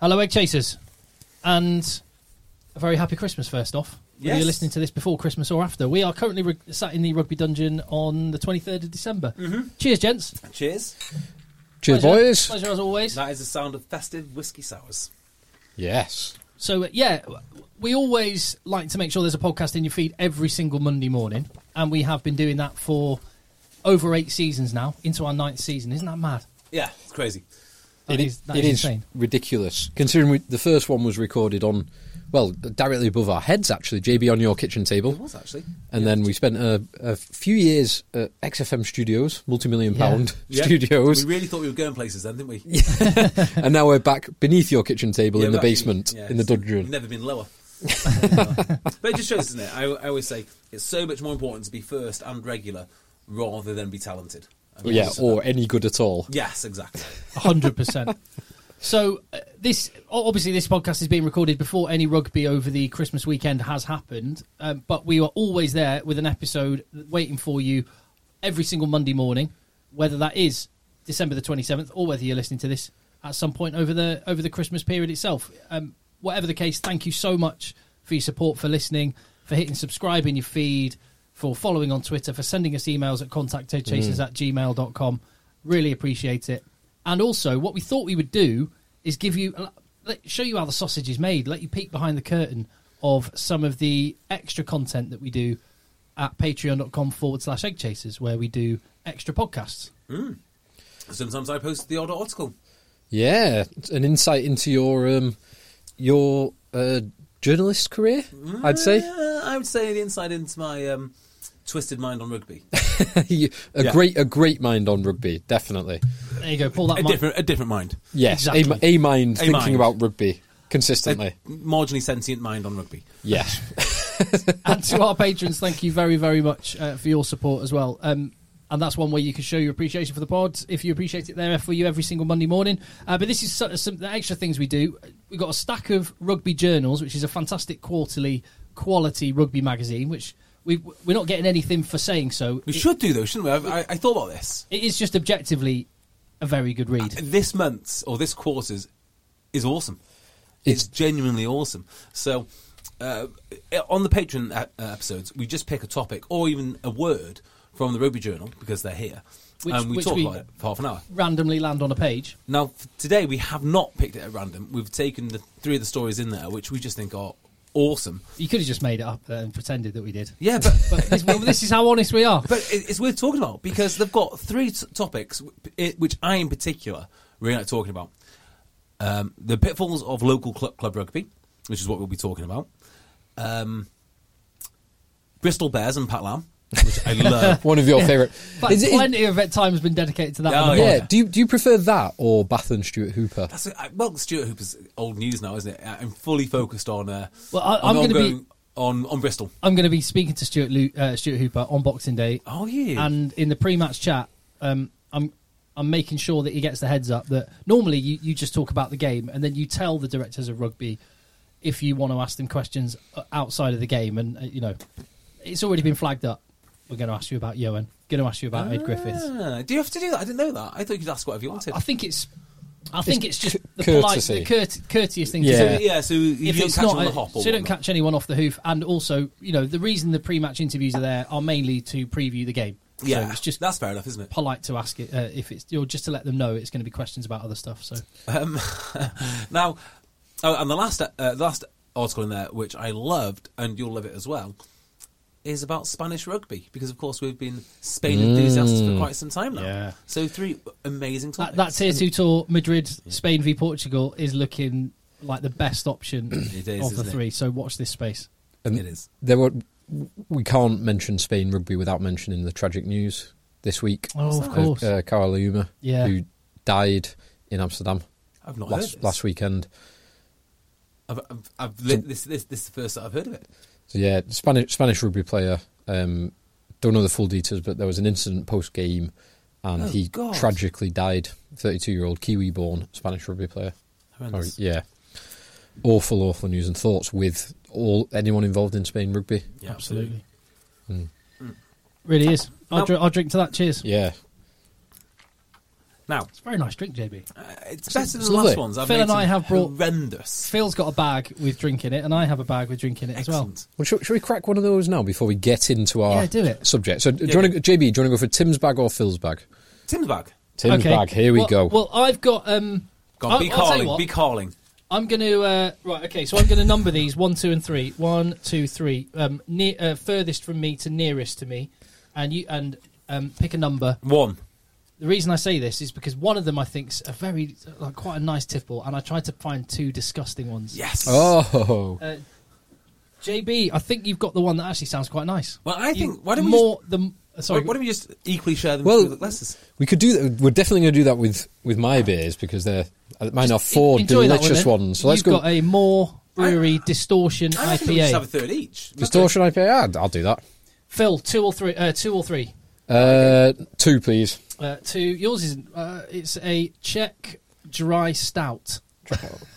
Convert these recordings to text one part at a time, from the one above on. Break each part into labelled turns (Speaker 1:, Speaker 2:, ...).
Speaker 1: Hello, Egg Chasers, and a very happy Christmas, first off. Whether
Speaker 2: Yes.
Speaker 1: you're listening to this before Christmas or after, we are currently rug- sat in the rugby dungeon on the 23rd of December.
Speaker 2: Mm-hmm.
Speaker 1: Cheers, gents.
Speaker 2: Cheers.
Speaker 3: Cheers,
Speaker 1: Pleasure.
Speaker 3: boys.
Speaker 1: Pleasure as always.
Speaker 2: That is the sound of festive whiskey sours.
Speaker 3: Yes.
Speaker 1: So uh, yeah, w- we always like to make sure there's a podcast in your feed every single Monday morning, and we have been doing that for over eight seasons now, into our ninth season. Isn't that mad?
Speaker 2: Yeah, it's crazy.
Speaker 1: That
Speaker 3: It
Speaker 1: is-
Speaker 3: is-
Speaker 1: that
Speaker 3: it
Speaker 1: is
Speaker 3: is
Speaker 1: insane.
Speaker 3: ridiculous. Considering we, the first one was recorded on, well, directly above our heads, actually, JB on your kitchen table.
Speaker 2: It was actually.
Speaker 3: And then we spent a, a few years at XFM Studios, multi million
Speaker 1: Yeah.
Speaker 3: pound
Speaker 2: Yeah.
Speaker 3: studios.
Speaker 2: We really thought we were going places then, didn't we?
Speaker 3: and now we're back beneath your kitchen table
Speaker 2: Yeah,
Speaker 3: in the
Speaker 2: we've actually-
Speaker 3: basement,
Speaker 2: yeah,
Speaker 3: in the
Speaker 2: it's
Speaker 3: dungeon.
Speaker 2: Never been lower. but it just shows, doesn't it? I, I always say it's so much more important to be first and regular rather than be talented. I mean,
Speaker 3: yeah,
Speaker 2: it's-
Speaker 3: or any good at all.
Speaker 2: yes, exactly.
Speaker 1: hundred percent. So uh, this o- obviously this podcast is being recorded before any rugby over the Christmas weekend has happened, um, but we are always there with an episode waiting for you every single Monday morning, whether that is December the twenty seventh or whether you're listening to this at some point over the over the Christmas period itself. Um, whatever the case, thank you so much for your support, for listening, for hitting subscribe in your feed, for following on Twitter, for sending us emails at
Speaker 2: Mm.
Speaker 1: contactedchasers at gmail.com. Really appreciate it. And also, what we thought we would do is give you, uh, let, show you how the sausage is made, let you peek behind the curtain of some of the extra content that we do at patreon.com forward slash egg chasers, where we do extra podcasts.
Speaker 2: Sometimes I post the odd article.
Speaker 3: Yeah, an insight into your um, your uh, journalist career, I'd say.
Speaker 2: Uh, I would say the insight into my um, twisted mind on rugby.
Speaker 3: You- a
Speaker 2: Mm. Yeah.
Speaker 3: great a great mind on rugby, definitely.
Speaker 1: There you go, pull that
Speaker 2: a
Speaker 1: mic-
Speaker 2: different, a different mind.
Speaker 3: Yes, a-
Speaker 1: Exactly.
Speaker 3: a, mind
Speaker 2: A
Speaker 3: thinking
Speaker 2: mind.
Speaker 3: about rugby
Speaker 2: A
Speaker 3: consistently.
Speaker 2: marginally sentient mind on rugby.
Speaker 3: yes.
Speaker 1: and to our patrons, thank you very, very much uh, for your support as well. Um, and that's one way you can show your appreciation for the pod. If you appreciate it, there for you every single Monday morning. Uh, but this is so- some the extra things we do. We've got a stack of rugby journals, which is a fantastic quarterly quality rugby magazine. Which we we're not getting anything for saying so.
Speaker 2: We
Speaker 1: It-
Speaker 2: should do though, shouldn't we? I've, I, I thought about this.
Speaker 1: it is just objectively a very good read.
Speaker 2: This month's or this quarter's is awesome. It's,
Speaker 3: It's-
Speaker 2: genuinely awesome. So, uh, on the Patreon e- episodes, we just pick a topic or even a word from the Rugby Journal because they're here,
Speaker 1: Which-
Speaker 2: and we
Speaker 1: which
Speaker 2: talk
Speaker 1: we-
Speaker 2: about it for half an hour.
Speaker 1: Randomly land on a page.
Speaker 2: Now, f- today we have not picked it at random. We've taken the three of the stories in there, which we just think are awesome.
Speaker 1: You could have just made it up and pretended that we did.
Speaker 2: Yeah, but
Speaker 1: But this, well, this is how honest we are.
Speaker 2: But it- it's worth talking about because they've got three t- topics, w- i- which I in particular really like talking about. Um, the pitfalls of local cl- club rugby, which is what we'll be talking about. Um, Bristol Bears and Pat Lam, which I love.
Speaker 3: One of your favourite.
Speaker 1: But
Speaker 3: Is it- is-
Speaker 1: plenty of time has been dedicated to that.
Speaker 2: Yeah,
Speaker 1: on the
Speaker 2: yeah.
Speaker 1: pod.
Speaker 3: yeah, do you, do you prefer that or Bath and Stuart Hooper?
Speaker 2: That's I- well, Stuart Hooper's old news now, isn't it? I- I'm fully focused on. Uh,
Speaker 1: Well, I-
Speaker 2: on
Speaker 1: I'm gonna be-
Speaker 2: ongoing- on on Bristol.
Speaker 1: I'm going to be speaking to Stuart Lu- uh, Stuart Hooper on Boxing Day.
Speaker 2: Oh, yeah.
Speaker 1: And in the pre-match chat, um, I'm I'm making sure that he gets the heads up that normally you, you just talk about the game and then you tell the directors of rugby if you want to ask them questions uh, outside of the game, and uh, you know it's already been flagged up. We're going to ask you about Yohan. Going to ask you about Ed Griffiths.
Speaker 2: Ah, do you have to do that? I didn't know that. I thought you could ask whatever you wanted.
Speaker 1: I think it's. I think it's, just the
Speaker 3: courtesy.
Speaker 1: polite, the court, courteous thing
Speaker 3: Yeah.
Speaker 1: to do.
Speaker 2: So, yeah, so you
Speaker 1: if
Speaker 2: don't
Speaker 1: it's
Speaker 2: catch
Speaker 1: not,
Speaker 2: on the
Speaker 1: a-
Speaker 2: hop.
Speaker 1: so
Speaker 2: Or
Speaker 1: you don't
Speaker 2: whatnot.
Speaker 1: catch anyone off the hoof. And also, you know, the reason the pre-match interviews are there are mainly to preview the game.
Speaker 2: Yeah,
Speaker 1: so it's just
Speaker 2: that's fair enough, isn't it?
Speaker 1: polite to ask it uh, if it's or just to let them know it's going to be questions about other stuff. So
Speaker 2: Um, now, oh, and the last uh, the last article in there, which I loved, and you'll love it as well, is about Spanish rugby because, of course, we've been Spain enthusiasts for quite some time now.
Speaker 1: Mm. Yeah.
Speaker 2: So three amazing
Speaker 1: that,
Speaker 2: topics.
Speaker 1: that tier two tour, Madrid, Spain v Portugal, is looking like the best option
Speaker 2: It is,
Speaker 1: of the
Speaker 2: isn't it?
Speaker 1: three. So watch this space.
Speaker 3: And
Speaker 2: It is.
Speaker 3: There were, we can't mention Spain rugby without mentioning the tragic news this week.
Speaker 1: Oh, of course.
Speaker 3: Uh, Carl Luma,
Speaker 1: Yeah. Oh,
Speaker 3: who died in Amsterdam
Speaker 2: I've not heard
Speaker 3: last
Speaker 2: this.
Speaker 3: last weekend.
Speaker 2: I've, I've, I've li- this, this this is the first that I've heard of it.
Speaker 3: So yeah, Spanish Spanish rugby player. Um, don't know the full details, but there was an incident post game, and
Speaker 2: Oh,
Speaker 3: he
Speaker 2: God.
Speaker 3: tragically died. Thirty-two year old Kiwi born Spanish rugby player. Or,
Speaker 2: Horrendous.
Speaker 3: yeah, awful, awful news and thoughts with all anyone involved in Spain rugby.
Speaker 2: Yeah,
Speaker 1: Absolutely,
Speaker 2: Hmm.
Speaker 1: really is. I'll,
Speaker 2: Now-
Speaker 1: dr- I'll drink to that. Cheers.
Speaker 3: Yeah,
Speaker 2: Now
Speaker 1: It's a very nice drink, JB.
Speaker 2: uh, it's better than the
Speaker 3: lovely.
Speaker 2: last ones. I've
Speaker 1: Phil
Speaker 2: made
Speaker 1: and I
Speaker 2: some
Speaker 1: have brought-
Speaker 2: horrendous.
Speaker 1: Phil's got a bag with drink in it, and I have a bag with drink in it as well.
Speaker 2: Excellent.
Speaker 3: Well, should, should we crack one of those now before we get into our
Speaker 1: Yeah, do it.
Speaker 3: subject? So, do
Speaker 2: Yeah,
Speaker 3: you want
Speaker 2: go.
Speaker 3: to, JB, do you want to go for Tim's bag or Phil's bag?
Speaker 2: Tim's bag.
Speaker 3: Tim's
Speaker 1: Okay.
Speaker 3: bag. Here we
Speaker 1: Well-
Speaker 3: go.
Speaker 1: Well, I've got. Um,
Speaker 2: Go on,
Speaker 1: I'll-
Speaker 2: be
Speaker 1: I'll tell you
Speaker 2: calling.
Speaker 1: what.
Speaker 2: Be calling.
Speaker 1: I'm going to uh, right. Okay, so I'm going to number these one, two, and three. One, two, three. Um, near, uh, furthest from me to nearest to me, and you and um, pick a number.
Speaker 2: One.
Speaker 1: The reason I say this is because one of them I think's a very like quite a nice tipple, and I tried to find two disgusting ones.
Speaker 2: Yes.
Speaker 3: oh,
Speaker 1: Uh, JB, I think you've got the one that actually sounds quite nice.
Speaker 2: Well, I
Speaker 1: You-
Speaker 2: think- why don't we
Speaker 1: more the uh, sorry?
Speaker 2: Why, why don't we just equally share them?
Speaker 3: Well-
Speaker 2: with the glasses?
Speaker 3: we could do that. We're definitely going to do that with, with my beers because they're uh, mine are four
Speaker 1: Enjoy that one
Speaker 3: delicious
Speaker 1: then.
Speaker 3: ones. So let's
Speaker 1: you've
Speaker 3: go.
Speaker 1: got a more brewery distortion
Speaker 2: I think we just have a
Speaker 1: IPA.
Speaker 2: third each.
Speaker 3: Distortion IPA. Yeah, Ah, I'll do that.
Speaker 1: Phil, two or three? Uh, two or three?
Speaker 3: Uh, two, please.
Speaker 1: Uh, to yours isn't. Uh, it's a Czech dry stout.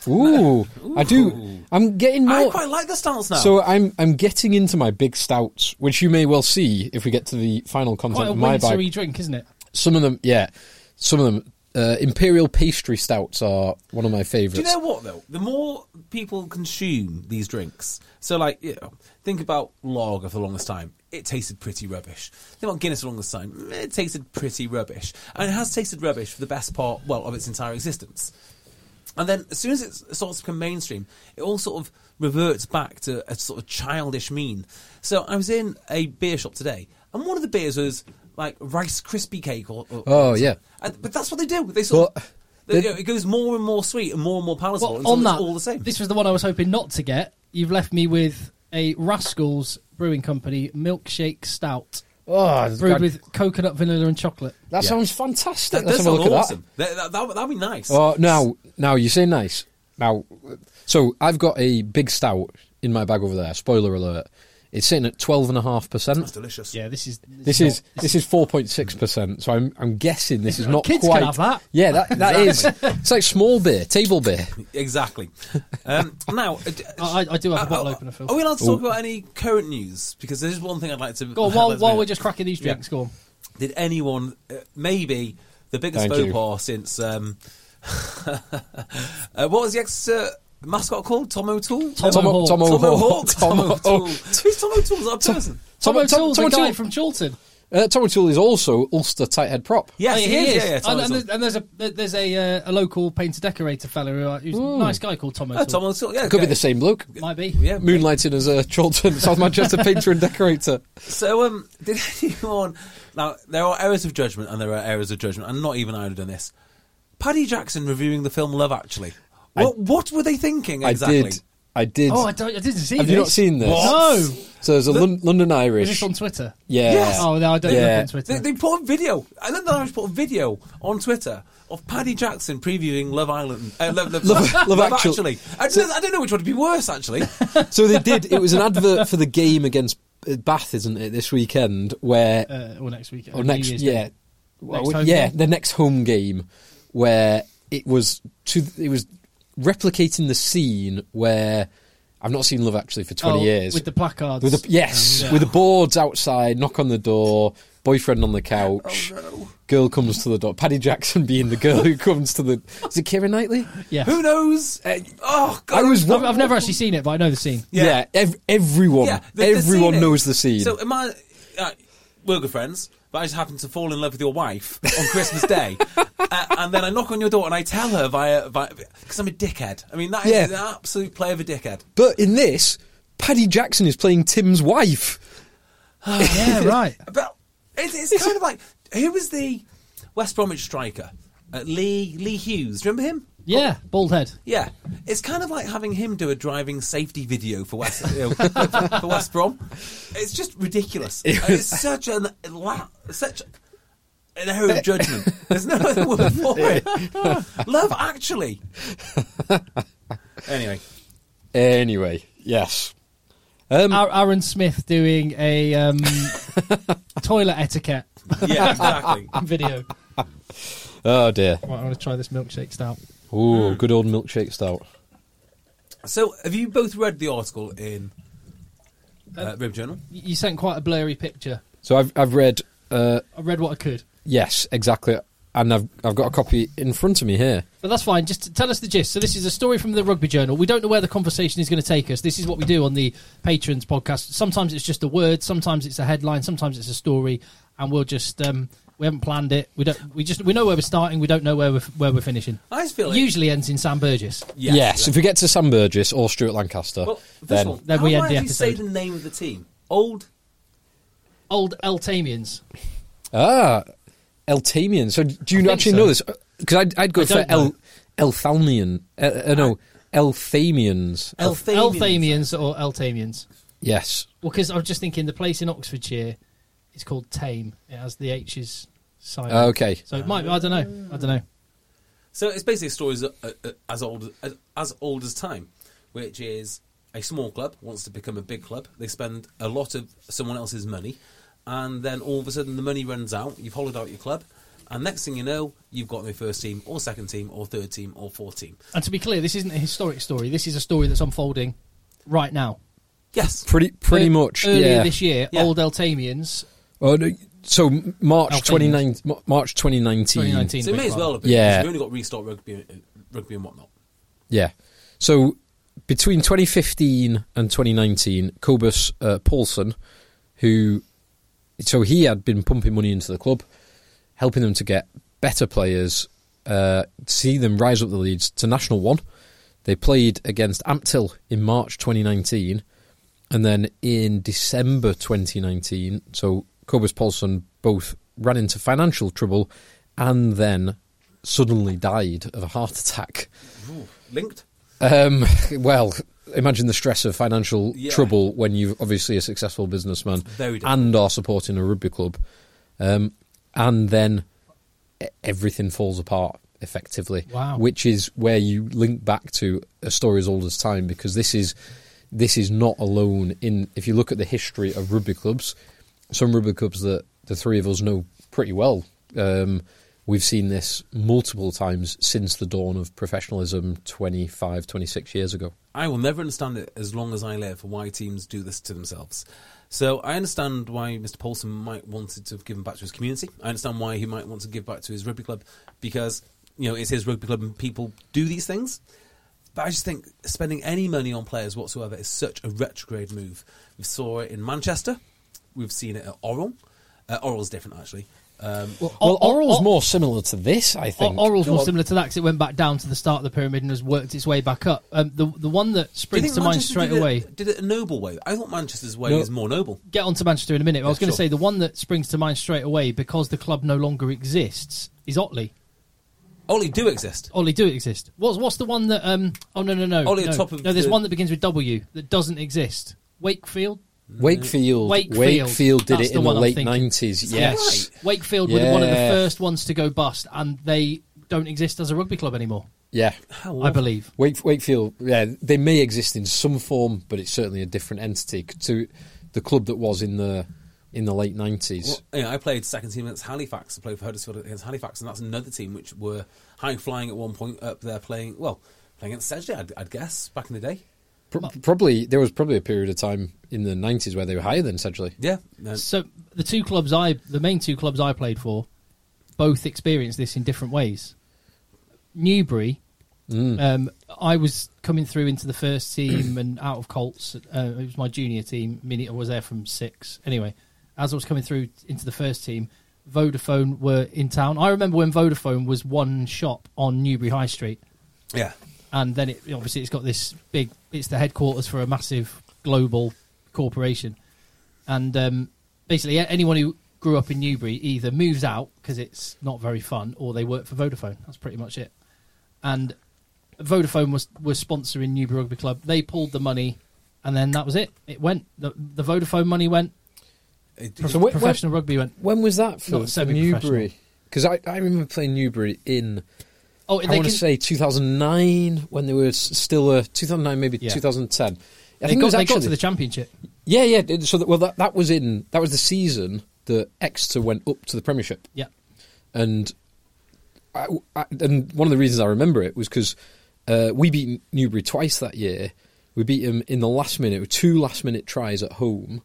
Speaker 3: Ooh, I do. I'm getting more.
Speaker 2: I quite like the stance now.
Speaker 3: So I'm I'm getting into my big stouts, which you may well see if we get to the final
Speaker 1: Quite
Speaker 3: content
Speaker 1: a
Speaker 3: of my bag.
Speaker 1: wintry drink, isn't it?
Speaker 3: Some of them, yeah. Some of them, uh, imperial pastry stouts are one of my
Speaker 2: do you
Speaker 3: favourites.
Speaker 2: know what though? The more people consume these drinks, so like you know, think about lager for the longest time. It tasted pretty rubbish. Think about Guinness for the longest time. It tasted pretty rubbish, and it has tasted rubbish for the best part, well, of its entire existence. And then as soon as it starts to become mainstream, it all sort of reverts back to a sort of childish mean. So I was in a beer shop today, and one of the beers was like Rice crispy Cake. Or, or-
Speaker 3: Oh, yeah.
Speaker 2: And- but that's what they do. They sort
Speaker 3: Well,
Speaker 2: of, they- you know, it goes more and more sweet and more and more palatable.
Speaker 1: Well,
Speaker 2: until
Speaker 1: on
Speaker 2: it's
Speaker 1: that,
Speaker 2: all the same.
Speaker 1: this was the one I was hoping not to get. You've left me with a Rascals Brewing Company milkshake stout
Speaker 3: Oh,
Speaker 1: brewed
Speaker 3: God,
Speaker 1: with coconut, vanilla, and chocolate.
Speaker 3: that sounds fantastic.
Speaker 2: that
Speaker 3: Let's
Speaker 2: does
Speaker 3: have a
Speaker 2: sound
Speaker 3: look at
Speaker 2: awesome. That. That, that, would be nice.
Speaker 3: that. Oh, now now you say nice. Now, so I've got a big stout in my bag over there. Spoiler alert! It's sitting at twelve and a half
Speaker 2: It's
Speaker 3: percent.
Speaker 2: delicious.
Speaker 1: Yeah, this is
Speaker 3: This is this is four point six percent. So I'm I'm guessing this is not
Speaker 1: Kids can
Speaker 3: quite.
Speaker 1: have that.
Speaker 3: Yeah, that that is. It's like small beer, table beer.
Speaker 2: Exactly. Um, now, uh, d-
Speaker 1: I- I- I do have a
Speaker 2: uh,
Speaker 1: bottle
Speaker 2: uh,
Speaker 1: opener, Phil.
Speaker 2: Are we allowed to talk about any current news? Because there's one thing I'd like to.
Speaker 1: Go on,
Speaker 2: I'd
Speaker 1: while,
Speaker 2: like to
Speaker 1: while
Speaker 2: bring
Speaker 1: we're
Speaker 2: up.
Speaker 1: just cracking these
Speaker 2: Yeah.
Speaker 1: drinks, go on.
Speaker 2: Did anyone, uh, maybe the biggest
Speaker 3: Thank
Speaker 2: faux
Speaker 3: you.
Speaker 2: pas since um, uh, what was the ex uh, mascot called? Tom O'Toole.
Speaker 1: Tom
Speaker 3: Tom
Speaker 1: O'Hawk.
Speaker 3: O- Tom
Speaker 2: Tom
Speaker 3: O'Hawk.
Speaker 2: O'Hawk. Tom
Speaker 3: Tom
Speaker 2: O'Toole.
Speaker 3: O'Hawk.
Speaker 2: Who's Tom O'Toole? Is that a person?
Speaker 1: Tom,
Speaker 3: Tom-
Speaker 1: O'Toole's
Speaker 3: Tom
Speaker 1: the guy
Speaker 3: O'Toole.
Speaker 1: from Chorlton.
Speaker 3: Uh, Tom O'Toole is also Ulster tight head prop.
Speaker 2: Yes,
Speaker 1: Oh,
Speaker 2: he is. Yeah, yeah. Tom
Speaker 1: and, and
Speaker 2: O'Toole.
Speaker 1: there's, and there's a there's a uh, a local painter decorator fella who, uh, who's a nice guy called Tom
Speaker 3: Uh,
Speaker 1: O'Toole.
Speaker 2: Oh, Tom O'Toole. Yeah,
Speaker 3: Could be
Speaker 2: okay.
Speaker 3: the same bloke.
Speaker 1: Might be.
Speaker 2: Yeah.
Speaker 3: Moonlighting as a Chorlton, South Manchester painter and decorator.
Speaker 2: So, um, did anyone? Now, there are errors of judgment, and there are errors of judgment, and not even I would have done this. Paddy Jackson reviewing the film Love Actually. What, what were they thinking exactly?
Speaker 3: I did. I did.
Speaker 1: Oh, I, don't, I didn't see.
Speaker 3: Have
Speaker 1: this.
Speaker 3: you not seen this?
Speaker 1: No.
Speaker 2: What?
Speaker 3: So there's a Lon- London
Speaker 1: Is
Speaker 3: Irish.
Speaker 1: this on Twitter?
Speaker 3: Yeah.
Speaker 2: Yes.
Speaker 1: Oh no, I don't
Speaker 3: Yeah.
Speaker 1: look on Twitter.
Speaker 2: They, they put a video. I don't know. I just put a video on Twitter of Paddy Jackson previewing Love Island. Uh, Love, Love,
Speaker 3: Love- Love Actu-
Speaker 2: I, don't, I don't know which one would be worse. Actually,
Speaker 3: So they did. It was an advert for the game against uh, Bath, isn't it? This weekend, where
Speaker 1: uh, or next week.
Speaker 3: or next yeah, well,
Speaker 1: Next home
Speaker 3: yeah,
Speaker 1: game?
Speaker 3: the next home game where it was to it was replicating the scene where I've not seen Love Actually for 20
Speaker 1: Oh,
Speaker 3: years.
Speaker 1: with the Oh, placards.
Speaker 3: With the, yes, with the boards outside, knock on the door, boyfriend on the couch,
Speaker 1: Oh,
Speaker 3: girl comes to the door. Paddy Jackson being the girl who comes to the. Is it Kira Knightley?
Speaker 1: yeah.
Speaker 2: Who knows? Uh, oh God!
Speaker 3: I was
Speaker 1: I've, I've never actually seen it, but I know the scene.
Speaker 3: Yeah, ev- everyone,
Speaker 2: Yeah, the- the
Speaker 3: everyone
Speaker 2: scene-
Speaker 3: knows the scene.
Speaker 2: So am I? Uh, we're good friends, but I just happen to fall in love with your wife on Christmas Day, uh, and then I knock on your door and I tell her via because I'm a dickhead. I mean that is
Speaker 3: Yeah.
Speaker 2: an absolute play of a dickhead.
Speaker 3: but in this, Paddy Jackson is playing Tim's wife.
Speaker 1: Oh, yeah, right.
Speaker 2: But it, it's kind of like who was the West Bromwich striker? Uh, Lee Lee Hughes. Remember him?
Speaker 1: Yeah, bald head.
Speaker 2: Yeah, it's kind of like having him do a driving safety video for West you know, for West Brom. It's just ridiculous. it's such an la- such an error of judgment. There's no other word for it. Love Actually. Anyway,
Speaker 3: Anyway, yes. Mm.
Speaker 1: Ar- Aaron Smith doing a um, toilet etiquette
Speaker 2: yeah, exactly.
Speaker 1: video.
Speaker 3: Oh dear.
Speaker 1: Right, I'm going to try this milkshake stout. Hmm.
Speaker 3: Ooh, good old milkshake stout.
Speaker 2: So, have you both read the article in uh, Rib Journal?
Speaker 1: Y- You sent quite a blurry picture.
Speaker 3: So I've I've read uh,
Speaker 1: I read what I could.
Speaker 3: yes exactly, and I've I've got a copy in front of me here.
Speaker 1: But that's fine. Just tell us the gist. So this is a story from the Rugby Journal. We don't know where the conversation is going to take us. This is what we do on the patrons podcast. Sometimes it's just a word. Sometimes it's a headline. Sometimes it's a story, and we'll just um, we haven't planned it. We don't. We just we know where we're starting. We don't know where we're where we're finishing.
Speaker 2: I just feel like
Speaker 1: Usually ends in Sam Burgess.
Speaker 3: Yes, if we get to Sam Burgess or Stuart Lancaster,
Speaker 2: Well, first of
Speaker 3: then
Speaker 2: all,
Speaker 1: Then
Speaker 2: how
Speaker 1: we
Speaker 2: do
Speaker 1: end
Speaker 2: I
Speaker 1: the
Speaker 2: actually say the
Speaker 1: episode.
Speaker 2: name of the team? Old.
Speaker 1: Old Eltamians.
Speaker 3: ah, Eltamian. So do you
Speaker 1: think
Speaker 3: actually
Speaker 1: so.
Speaker 3: know this? Because I'd, I'd go
Speaker 1: I
Speaker 3: for
Speaker 1: don't
Speaker 3: El
Speaker 1: know.
Speaker 3: Elthamian. Uh, uh, no, Elthamians.
Speaker 2: Elthamians.
Speaker 1: Elthamians or Eltamians.
Speaker 3: yes.
Speaker 1: Well, because I was just thinking the place in Oxfordshire is called Tame. It has the H's silent.
Speaker 3: Ah, okay.
Speaker 1: So it might. be- I don't know. I don't know.
Speaker 2: So it's basically stories uh, uh, as old as, as old as time, which is a small club wants to become a big club. They spend a lot of someone else's money, and then all of a sudden the money runs out. You've hollowed out your club, and next thing you know, you've got no first team, or second team, or third team, or fourth team.
Speaker 1: And to be clear, this isn't a historic story. This is a story that's unfolding right now.
Speaker 2: Yes,
Speaker 3: Pretty pretty
Speaker 1: Ear-
Speaker 3: much.
Speaker 1: Earlier
Speaker 3: yeah.
Speaker 1: this year,
Speaker 2: Yeah.
Speaker 1: old Eltamians,
Speaker 3: Oh, no, so March
Speaker 1: Elthamians.
Speaker 3: 29, Ma- March 2019.
Speaker 1: 2019.
Speaker 2: so it may as well have been.
Speaker 3: Yeah.
Speaker 2: because We've only got restart rugby, uh, rugby and whatnot.
Speaker 3: Yeah. So between 2015 and 2019, Cobus uh, Paulson, who, so he had been pumping money into the club, helping them to get better players, uh, see them rise up the leads to National One. They played against Amptill in March 2019, and then in December 2019, so Cobus Paulson both ran into financial trouble and then suddenly died of a heart attack.
Speaker 2: Linked.
Speaker 3: Um, well, imagine the stress of financial
Speaker 2: Yeah.
Speaker 3: trouble when you're obviously a successful businessman
Speaker 2: Very difficult.
Speaker 3: and are supporting a rugby club. Um, and then e- everything falls apart effectively.
Speaker 1: Wow.
Speaker 3: Which is where you link back to a story as old as time because this is this is not alone in if you look at the history of rugby clubs, some rugby clubs that the three of us know pretty well. Um, we've seen this multiple times since the dawn of professionalism 25 26 years ago.
Speaker 2: I will never understand it as long as I live why teams do this to themselves. So I understand why Mr. Paulson might wanted to have given back to his community. I understand why he might want to give back to his rugby club because you know it's his rugby club and people do these things. But I just think spending any money on players whatsoever is such a retrograde move. We saw it in Manchester. We've seen it at Oral. Uh, Oral's different actually. Um,
Speaker 3: Well,
Speaker 1: Or- or-
Speaker 3: Oral's
Speaker 1: or-
Speaker 3: more similar to this, I think.
Speaker 1: O- Oral's
Speaker 2: Go
Speaker 1: more
Speaker 2: on.
Speaker 1: similar to that because it went back down to the start of the pyramid and has worked its way back up. Um, the the one that
Speaker 2: do you
Speaker 1: springs
Speaker 2: think
Speaker 1: to mind
Speaker 2: Manchester
Speaker 1: straight
Speaker 2: did it-
Speaker 1: away.
Speaker 2: did it a noble way? I thought Manchester's way
Speaker 3: No.
Speaker 2: is more noble.
Speaker 1: Get on to Manchester in a minute. but I was
Speaker 2: Yeah,
Speaker 1: going to
Speaker 2: sure.
Speaker 1: say the one that springs to mind straight away because the club no longer exists is Otley.
Speaker 2: Only do exist.
Speaker 1: Ollie do exist. What's what's the one that? Um, oh no no no.
Speaker 2: Ollie
Speaker 1: no.
Speaker 2: on top of
Speaker 1: no. There's
Speaker 2: the-
Speaker 1: one that begins with W that doesn't exist. Wakefield.
Speaker 3: Wakefield,
Speaker 1: Wakefield.
Speaker 3: did
Speaker 1: That's
Speaker 3: it
Speaker 1: the
Speaker 3: in the
Speaker 1: one I'm
Speaker 3: late
Speaker 1: thinking.
Speaker 3: 90s. Yes.
Speaker 1: Wakefield were one of the
Speaker 3: Yeah.
Speaker 1: first ones to go bust, and they don't exist as a rugby club anymore.
Speaker 3: Yeah.
Speaker 2: How
Speaker 1: I believe.
Speaker 3: Wake, Wakefield, yeah, they may exist in some form, but it's certainly a different entity c- to the club that was in the in the late 90s.
Speaker 2: Well, you know, I played second team against Halifax. I played for Huddersfield against Halifax, and that's another team which were high flying at one point up there playing well, playing against Sedgley, I'd, I'd guess back in the day.
Speaker 3: Pro- probably there was probably a period of time in the nineties where they were higher than Sedgley.
Speaker 2: Yeah. No.
Speaker 1: So the two clubs I, the main two clubs I played for, both experienced this in different ways. Newbury, um, I was coming through into the first team and out of Colts. Uh, it was my junior team. I mean, I was there from six. Anyway, as I was coming through into the first team, Vodafone were in town. I remember when Vodafone was one shop on Newbury High Street
Speaker 2: Yeah.
Speaker 1: and then it obviously it's got this big it's the headquarters for a massive global corporation and um, basically a- anyone who grew up in Newbury either moves out because it's not very fun or they work for Vodafone that's pretty much it and Vodafone was was sponsoring Newbury Rugby Club they pulled the money and then that was it it went the, the Vodafone money went
Speaker 2: It-
Speaker 3: So wh- when,
Speaker 1: professional rugby went
Speaker 3: when was that for,
Speaker 1: Not
Speaker 3: for
Speaker 1: semi-professional.
Speaker 3: Newbury? Because I, I remember playing Newbury in
Speaker 1: oh
Speaker 3: I
Speaker 1: they
Speaker 3: want
Speaker 1: can,
Speaker 3: to say 2009 when they were s- still uh, 2009 maybe
Speaker 1: Yeah.
Speaker 3: 2010. I
Speaker 1: they,
Speaker 3: think it
Speaker 1: got,
Speaker 3: was
Speaker 1: they
Speaker 3: actually
Speaker 1: got to the championship
Speaker 3: yeah yeah. it- So that, well that that was in that was the season that Exeter went up to the Premiership.
Speaker 1: yeah
Speaker 3: and I, I- and one of the reasons I remember it was because uh, we beat Newbury twice that year. We beat them in the last minute with two last minute tries at home,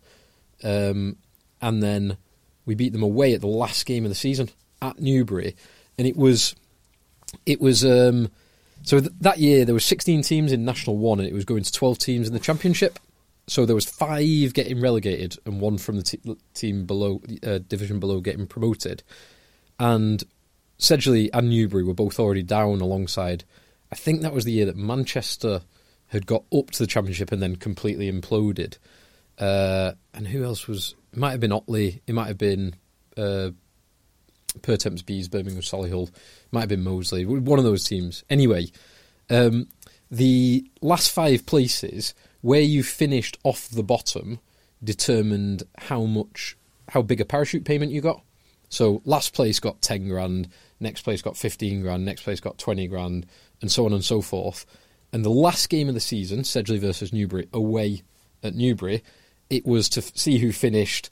Speaker 3: um, and then we beat them away at the last game of the season at Newbury, and it was it was um, so th- that year there were 16 teams in National One, and it was going to 12 teams in the Championship. So there was five getting relegated and one from the t- team below uh, division below getting promoted and Sedgley and Newbury were both already down alongside. I think that was the year that Manchester had got up to the championship and then completely imploded. Uh, and who else was? It might have been Otley. It might have been uh, Pertemps Bees, Birmingham Solihull. It might have been Moseley. w- One of those teams. Anyway, um, the last five places where you finished off the bottom determined how much, how big a parachute payment you got. So last place got 10 grand, next place got 15 grand, next place got 20 grand, and so on and so forth. And the last game of the season, Sedgley versus Newbury, away at Newbury, it was to f- see who finished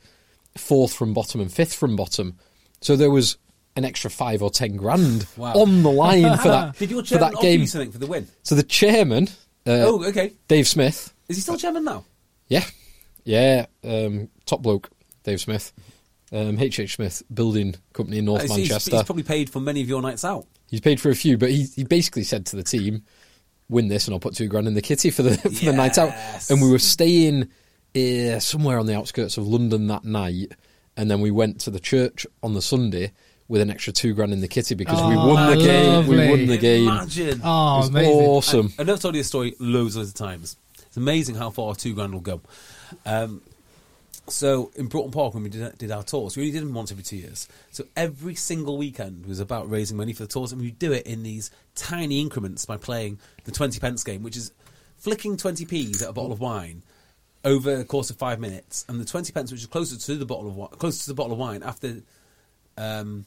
Speaker 3: fourth from bottom and fifth from bottom. So there was an extra five or 10 grand
Speaker 2: Wow.
Speaker 3: on the line for that,
Speaker 2: Did your
Speaker 3: for
Speaker 2: chairman
Speaker 3: that
Speaker 2: offer
Speaker 3: game.
Speaker 2: you something for the win?
Speaker 3: So the chairman, uh,
Speaker 2: oh, okay.
Speaker 3: Dave Smith,
Speaker 2: Is he still chairman now?
Speaker 3: yeah, yeah, um, top bloke, Dave Smith, um, HH Smith Building Company in North
Speaker 2: Uh, He's- he's-
Speaker 3: Manchester.
Speaker 2: He's, probably paid for many of your nights out.
Speaker 3: He's paid for a few, but he, he basically said to the team, "Win this, and I'll put two grand in the kitty for the for the night out."
Speaker 2: Yes.
Speaker 3: And we were staying uh, somewhere on the outskirts of London that night, and then we went to the church on the Sunday with an extra two grand in the kitty because we
Speaker 1: Oh,
Speaker 3: won the game. We
Speaker 1: lovely.
Speaker 3: won the game.
Speaker 2: Imagine.
Speaker 3: It
Speaker 1: oh
Speaker 3: was
Speaker 1: amazing
Speaker 3: awesome.
Speaker 2: I, have never told you this story loads, loads of times. It's amazing how far two grand will go. Um, so in Broughton Park, when we did, did our tours, we only did them once every two years. So every single weekend was about raising money for the tours, and we do it in these tiny increments by playing the twenty pence game, which is flicking twenty p's at a bottle of wine over the course of five minutes, and the twenty pence, which is closer to the bottle of wi- closer to the bottle of wine after um,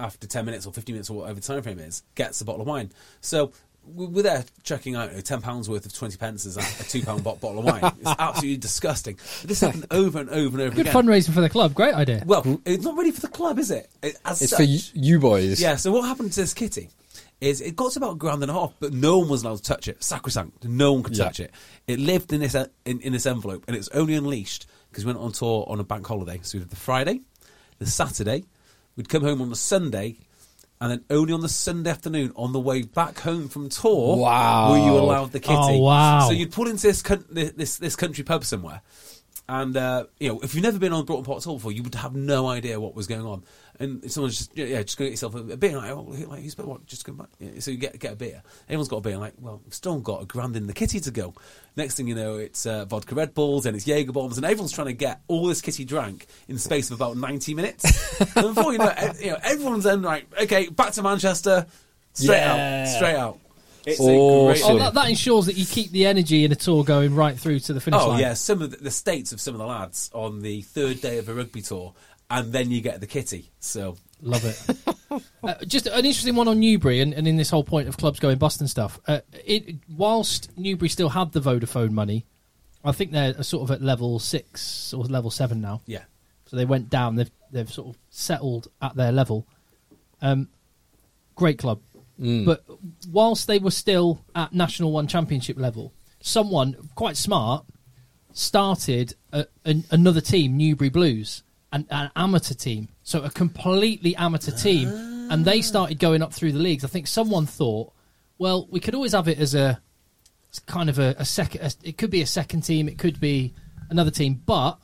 Speaker 2: after 10 minutes or 15 minutes or whatever the time frame is, gets a bottle of wine. So we- we're there checking out you know, £10 worth of 20 pences and a £2 bo- bottle of wine. It's absolutely disgusting. This happened over and over and over
Speaker 1: good
Speaker 2: again.
Speaker 1: fundraising for the club great idea
Speaker 2: Well, it's not really for the club, is it? It- as
Speaker 3: It's
Speaker 2: such-
Speaker 3: for you, you boys.
Speaker 2: yeah, so what happened to this kitty is it got to about a grand and a half, but no one was allowed to touch it. Sacrosanct. No one could
Speaker 3: Yeah.
Speaker 2: touch it. It lived in this uh, in, in this envelope, and it was only unleashed because we went on tour on a bank holiday. So we did the Friday, the Saturday, we'd come home on the Sunday, and then only on the Sunday afternoon, on the way back home from tour,
Speaker 3: Wow.
Speaker 2: were you allowed the kitty.
Speaker 1: Oh, wow.
Speaker 2: So you'd pull into this coun- thi- this this country pub somewhere, and uh, you know if you've never been on Broughton Park at all before, you would have no idea what was going on. And if someone's just yeah, yeah just go get yourself a, a beer. Like, oh, who- like who's what? Just go back. Yeah, so you get get a beer. Everyone's got a beer. Like, well, we've still got a grand in the kitty to go. Next thing you know, it's uh, vodka Red Bulls and it's Jaeger bombs, and everyone's trying to get all this kitty drank in the space of about ninety minutes. and before you know, it, ev- you know, everyone's then like, okay, back to Manchester, straight
Speaker 3: Yeah.
Speaker 2: out, straight out. It's
Speaker 3: Awesome.
Speaker 1: Oh, that, that ensures that you keep the energy in a tour going right through to the finish
Speaker 2: Oh
Speaker 1: line.
Speaker 2: yeah, some of the, the states of some of the lads on the third day of a rugby tour, and then you get the kitty. So
Speaker 1: Love it. uh, just an interesting one on Newbury, and, and in this whole point of clubs going bust and stuff. Uh, it, whilst Newbury still had the Vodafone money, I think they're sort of at level six or level seven now.
Speaker 2: yeah,
Speaker 1: So they went down. They've they've sort of settled at their level. Um, great club, but whilst they were still at National One Championship level, someone quite smart started a, an, another team, Newbury Blues, an, an amateur team. So a completely amateur team, and they started going up through the leagues. I think someone thought, well, we could always have it as a it's kind of a, a second. It could be a second team. It could be another team. But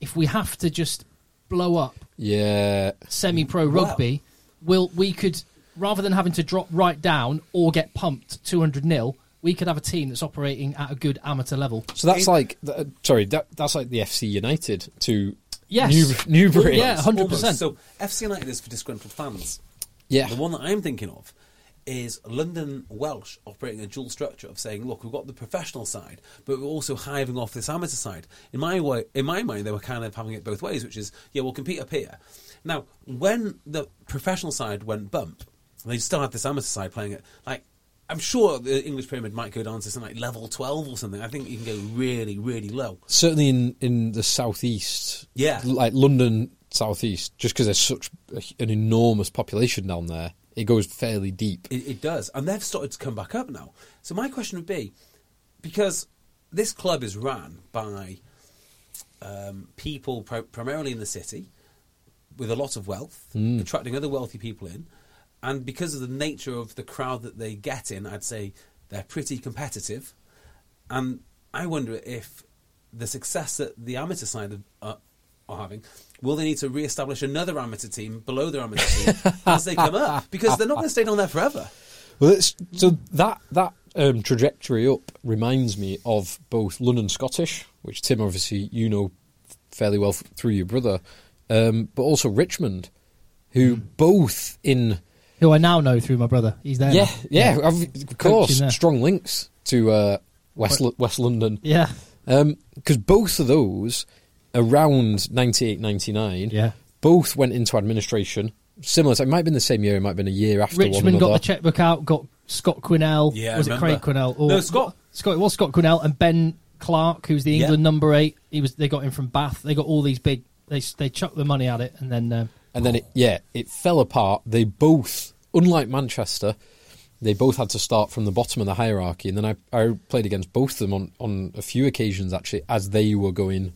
Speaker 1: if we have to just blow up
Speaker 3: Yeah.
Speaker 1: semi-pro rugby, will we could rather than having to drop right down or get pumped 200 nil, we could have a team that's operating at a good amateur level.
Speaker 3: So that's like, th- uh, sorry, that, that's like the FC United to
Speaker 1: Yes.
Speaker 3: New, Newbury.
Speaker 1: Yeah,
Speaker 3: Yeah.
Speaker 1: 100%.
Speaker 2: Almost. So FC United is for disgruntled fans.
Speaker 3: Yeah.
Speaker 2: The one that I'm thinking of is London Welsh operating a dual structure of saying, look, we've got the professional side, but we're also hiving off this amateur side. In my way, in my mind, they were kind of having it both ways, which is, yeah, we'll compete up here. Now, when the professional side went bump, they still had this amateur side playing it. Like, I'm sure the English pyramid might go down to something like level 12 or something. I think you can go really, really low.
Speaker 3: Certainly in, in the southeast.
Speaker 2: Yeah.
Speaker 3: Like London southeast, just because there's such a, an enormous population down there, it goes fairly deep.
Speaker 2: It, it does, and they've started to come back up now. So my question would be, because this club is run by um, people pri- primarily in the city with a lot of wealth, attracting other wealthy people in, and because of the nature of the crowd that they get in, I'd say they're pretty competitive, and I wonder if the success that the amateur side of, uh, are having. Will they need to re-establish another amateur team below their amateur team as they come up? Because they're not going to stay down there forever.
Speaker 3: Well, it's, so that that um, trajectory up reminds me of both London Scottish, which Tim obviously you know fairly well f- through your brother, um, but also Richmond, who
Speaker 2: Hmm.
Speaker 3: both in
Speaker 1: Who I now know through my brother. He's there.
Speaker 3: yeah
Speaker 1: now.
Speaker 3: yeah, of- of course
Speaker 1: there.
Speaker 3: strong links to uh, West Lo- West London
Speaker 1: Yeah.
Speaker 3: because Um, both of those around 98 99
Speaker 1: Yeah.
Speaker 3: both went into administration similar to, it might have been the same year it might have been a year after one
Speaker 1: Richmond
Speaker 3: another.
Speaker 1: got the checkbook out, got Scott Quinnell.
Speaker 2: Yeah, I
Speaker 1: was it
Speaker 2: remember.
Speaker 1: Craig Quinnell?
Speaker 2: No, Scott.
Speaker 1: Scott. It was Scott Quinnell and Ben Clark, who's the
Speaker 2: Yeah.
Speaker 1: England number eight. He was. They got him from Bath. They got all these big. They s- they chucked the money at it, and then um,
Speaker 3: And then it, yeah, it fell apart. They both, unlike Manchester, they both had to start from the bottom of the hierarchy. And then I, I played against both of them on, on a few occasions actually, as they were going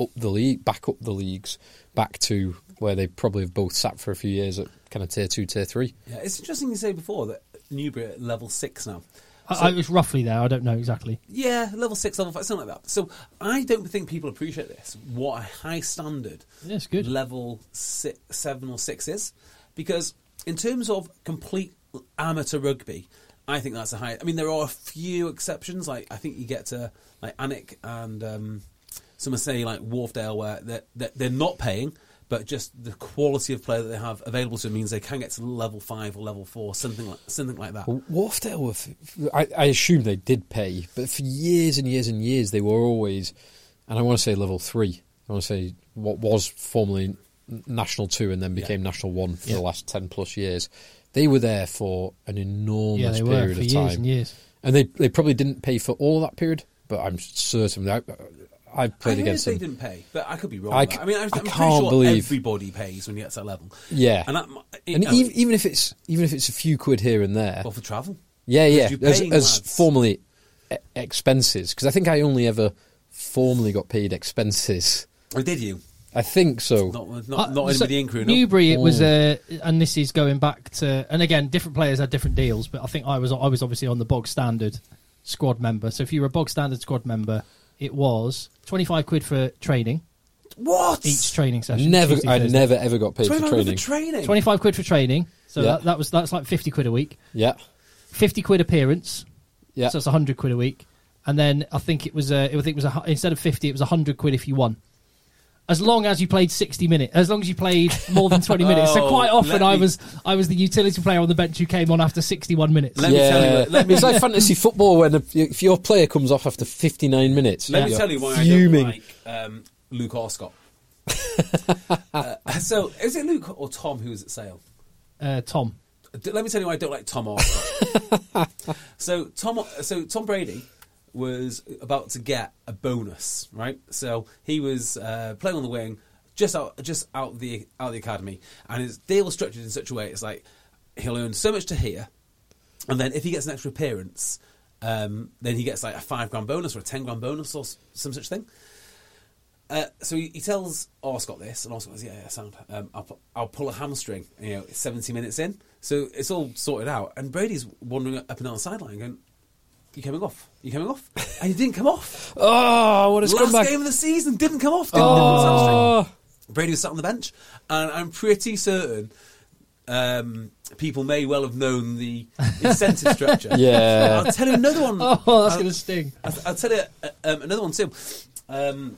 Speaker 3: up the league, back up the leagues, back to where they probably have both sat for a few years at kind of tier two, tier three.
Speaker 2: Yeah, it's interesting you say before that Newbury are at level six now.
Speaker 1: I,
Speaker 2: So-
Speaker 1: I, it was roughly there. I don't know exactly.
Speaker 2: yeah, level six, level five, something like that. So I don't think people appreciate this. What a high standard
Speaker 1: Yeah, it's good.
Speaker 2: level six, seven or six is, because in terms of complete amateur rugby, I think that's a high. I mean, there are a few exceptions. Like I think you get to like Anik and um, some would say like Wharfdale, where they're, they're, they're not paying. But just the quality of player that they have available to them means they can get to level five or level four, something like something like that.
Speaker 3: Well, Wharfdale were, f- I, I assume they did pay, but for years and years and years they were always, and I want to say level three. I want to say what was formerly n- National Two and then became National One for the last ten plus years. They were there for an enormous
Speaker 1: Yeah, they were
Speaker 3: period
Speaker 1: for
Speaker 3: of
Speaker 1: years
Speaker 3: time,
Speaker 1: and years.
Speaker 3: And they they probably didn't pay for all of that period, but I'm certain that I, I
Speaker 2: I
Speaker 3: played
Speaker 2: think
Speaker 3: against
Speaker 2: they
Speaker 3: them.
Speaker 2: didn't pay, but I could be wrong.
Speaker 3: I
Speaker 2: I,
Speaker 3: c-
Speaker 2: I mean, I,
Speaker 3: I
Speaker 2: I'm pretty
Speaker 3: can't
Speaker 2: sure
Speaker 3: believe-
Speaker 2: everybody pays when you get to that level.
Speaker 3: Yeah,
Speaker 2: and, that,
Speaker 3: and even, even if it's even if it's a few quid here and there,
Speaker 2: well, for travel,
Speaker 3: Yeah, yeah.
Speaker 2: you're
Speaker 3: As,
Speaker 2: paying
Speaker 3: as
Speaker 2: lads.
Speaker 3: formally e- expenses, because I think I only ever formally got paid expenses.
Speaker 2: or did you?
Speaker 3: I think so.
Speaker 2: Not, not,
Speaker 1: Uh,
Speaker 2: not in
Speaker 1: so
Speaker 2: with the in crew. No.
Speaker 1: Newbury, it was, uh, and this is going back to, and again, different players had different deals, but I think I was I was obviously on the bog standard squad member. So if you were a bog standard squad member, it was twenty five quid for training
Speaker 2: What?
Speaker 1: each training session.
Speaker 3: never, I never ever got paid for
Speaker 2: 25 for
Speaker 3: training.
Speaker 2: training.
Speaker 1: twenty five quid for training. So
Speaker 3: Yeah.
Speaker 1: that, that was that's like fifty quid a week.
Speaker 3: yeah,
Speaker 1: Fifty quid appearance.
Speaker 3: yeah.
Speaker 1: So it's hundred quid a week, and then I think it was uh, I think it was a, hu- instead of fifty, it was hundred quid if you won. As long as you played sixty minutes, as long as you played more than twenty minutes. So
Speaker 2: Oh,
Speaker 1: quite often,
Speaker 2: let
Speaker 1: I
Speaker 2: me-
Speaker 1: was I was the utility player on the bench who came on after sixty-one minutes.
Speaker 2: Let me tell you
Speaker 3: Yeah.
Speaker 2: what- let me-
Speaker 3: it's like fantasy football when if- if your player comes off after 59 minutes.
Speaker 2: Let me
Speaker 3: you're
Speaker 2: tell you why
Speaker 3: fuming.
Speaker 2: I don't like um, Luke Oscott. uh, so, is it Luke or Tom who was at Sale?
Speaker 1: Uh, Tom,
Speaker 2: D- Let me tell you why I don't like Tom Oscott. so Tom, so Tom Brady was about to get a bonus, right? So he was uh, playing on the wing, just out, just out the out the academy, and his deal was structured in such a way it's like he'll earn so much to here, and then if he gets an extra appearance, um, then he gets like a five grand bonus or a ten grand bonus or s- some such thing. Uh, so he, he tells Orscott this, and Orscott says, "Yeah, yeah, sound. Um, I'll, pu- I'll pull a hamstring." You know, seventy minutes in, so it's all sorted out. And Brady's wandering up and down the sideline, going, "You coming off? You coming off?" And he didn't come off.
Speaker 3: Oh, what a
Speaker 2: Last
Speaker 3: scumbag!
Speaker 2: game of the season didn't come off. Didn't didn't pull his hamstring.
Speaker 3: Oh.
Speaker 2: Brady was sat on the bench, and I'm pretty certain um, people may well have known the incentive structure.
Speaker 3: Yeah.
Speaker 2: I'll tell you another one.
Speaker 1: Oh, that's
Speaker 2: I'll-
Speaker 1: going to sting.
Speaker 2: I'll, I'll tell you uh, um, another one too. Um,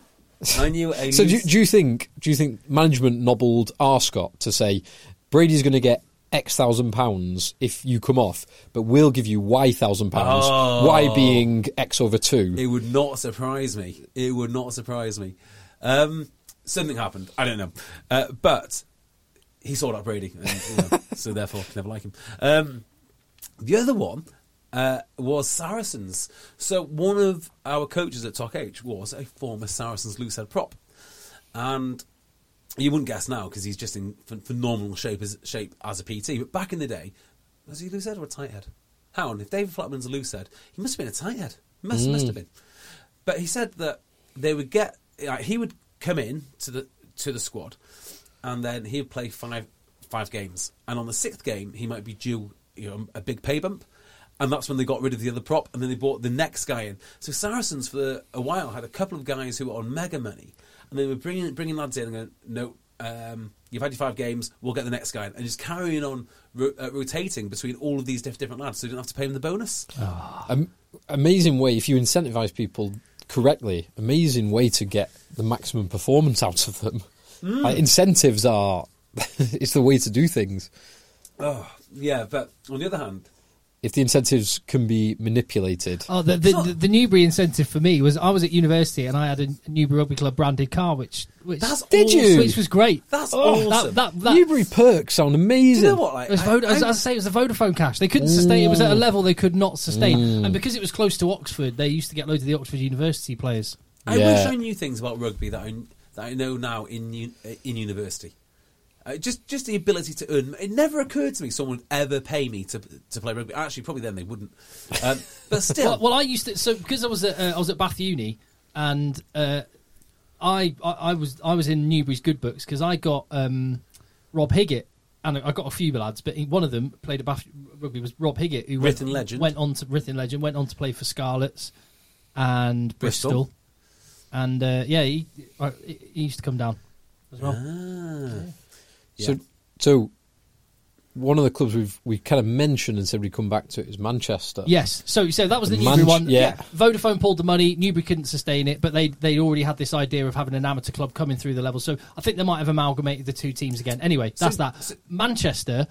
Speaker 2: I knew a.
Speaker 3: So do, you- do you think do you think management nobbled Arscott to say Brady's going to get X thousand pounds if you come off, but we'll give you Y thousand pounds.
Speaker 2: Oh.
Speaker 3: Y being X over two.
Speaker 2: It would not surprise me. It would not surprise me. Um, something happened. I don't know. Uh, but he sold out Brady, and, you know, so therefore never like him. Um, the other one uh, was Saracens. So one of our coaches at Talk H was a former Saracens loosehead prop, and you wouldn't guess now because he's just in ph- phenomenal shape as shape as a PT. But back in the day, was he a loosehead or a tight head? How on? If David Flatman's a loosehead, he must have been a tight head. Must must have been. But he said that they would get like, he would come in to the to the squad, and then he'd play five five games, and on the sixth game he might be due you know, a big pay bump. And that's when they got rid of the other prop, and then they brought the next guy in. So Saracens, for a while, had a couple of guys who were on mega money, and they were bringing bringing lads in and going, "No, um, you've had your five games. We'll get the next guy," in," and just carrying on ro- uh, rotating between all of these diff- different lads, so you didn't have to pay them the bonus.
Speaker 3: Am- amazing way if you incentivize people correctly. Amazing way to get the maximum performance out of them.
Speaker 2: Hmm.
Speaker 3: Like, incentives are it's the way to do things.
Speaker 2: Oh, yeah, but on the other hand,
Speaker 3: If the incentives can be manipulated,
Speaker 1: Oh, the, the, the, the Newbury incentive for me was I was at university and I had a Newbury Rugby Club branded car, which which
Speaker 2: That's
Speaker 3: Did you? awesome.
Speaker 1: Which was great.
Speaker 2: That's
Speaker 1: Oh, That,
Speaker 2: awesome.
Speaker 1: that, that,
Speaker 3: Newbury perks sound
Speaker 2: do
Speaker 3: amazing.
Speaker 2: you know what? Like,
Speaker 1: It was
Speaker 2: I-
Speaker 1: Vod- as,
Speaker 2: I- Mm.
Speaker 1: as I say, it was the Vodafone cash. They couldn't sustain. It was at a level they could not sustain, and because it was close to Oxford, they used to get loads of the Oxford University players.
Speaker 2: I wish
Speaker 3: Yeah.
Speaker 2: I knew things about rugby that I that I know now in u- uh, in university. Uh, just just the ability to earn. It never occurred to me someone would ever pay me to to play rugby. Actually, probably then they wouldn't. Um, but still,
Speaker 1: Well, well, I used to. So because I was at uh, I was at Bath Uni, and uh, I, I I was I was in Newbury's good books because I got um, Rob Higgett. And I got a few lads, but he- one of them played at Bath rugby was Rob Higgett, who went-
Speaker 2: Written legend.
Speaker 1: went on to Ritten legend, went on to play for Scarlets and Bristol,
Speaker 2: Bristol.
Speaker 1: and uh, yeah, he, I- he used to come down as well.
Speaker 2: Ah.
Speaker 3: So, so one of the clubs we've we kind of mentioned and said we'd come back to it is Manchester.
Speaker 1: Yes. So so that was the
Speaker 3: The
Speaker 1: Newbury
Speaker 3: Manch-
Speaker 1: one.
Speaker 3: yeah.
Speaker 1: Vodafone pulled the money. Newbury couldn't sustain it, but they they already had this idea of having an amateur club coming through the level. So I think they might have amalgamated the two teams again. Anyway, that's
Speaker 2: So-
Speaker 1: that.
Speaker 2: so-
Speaker 1: Manchester.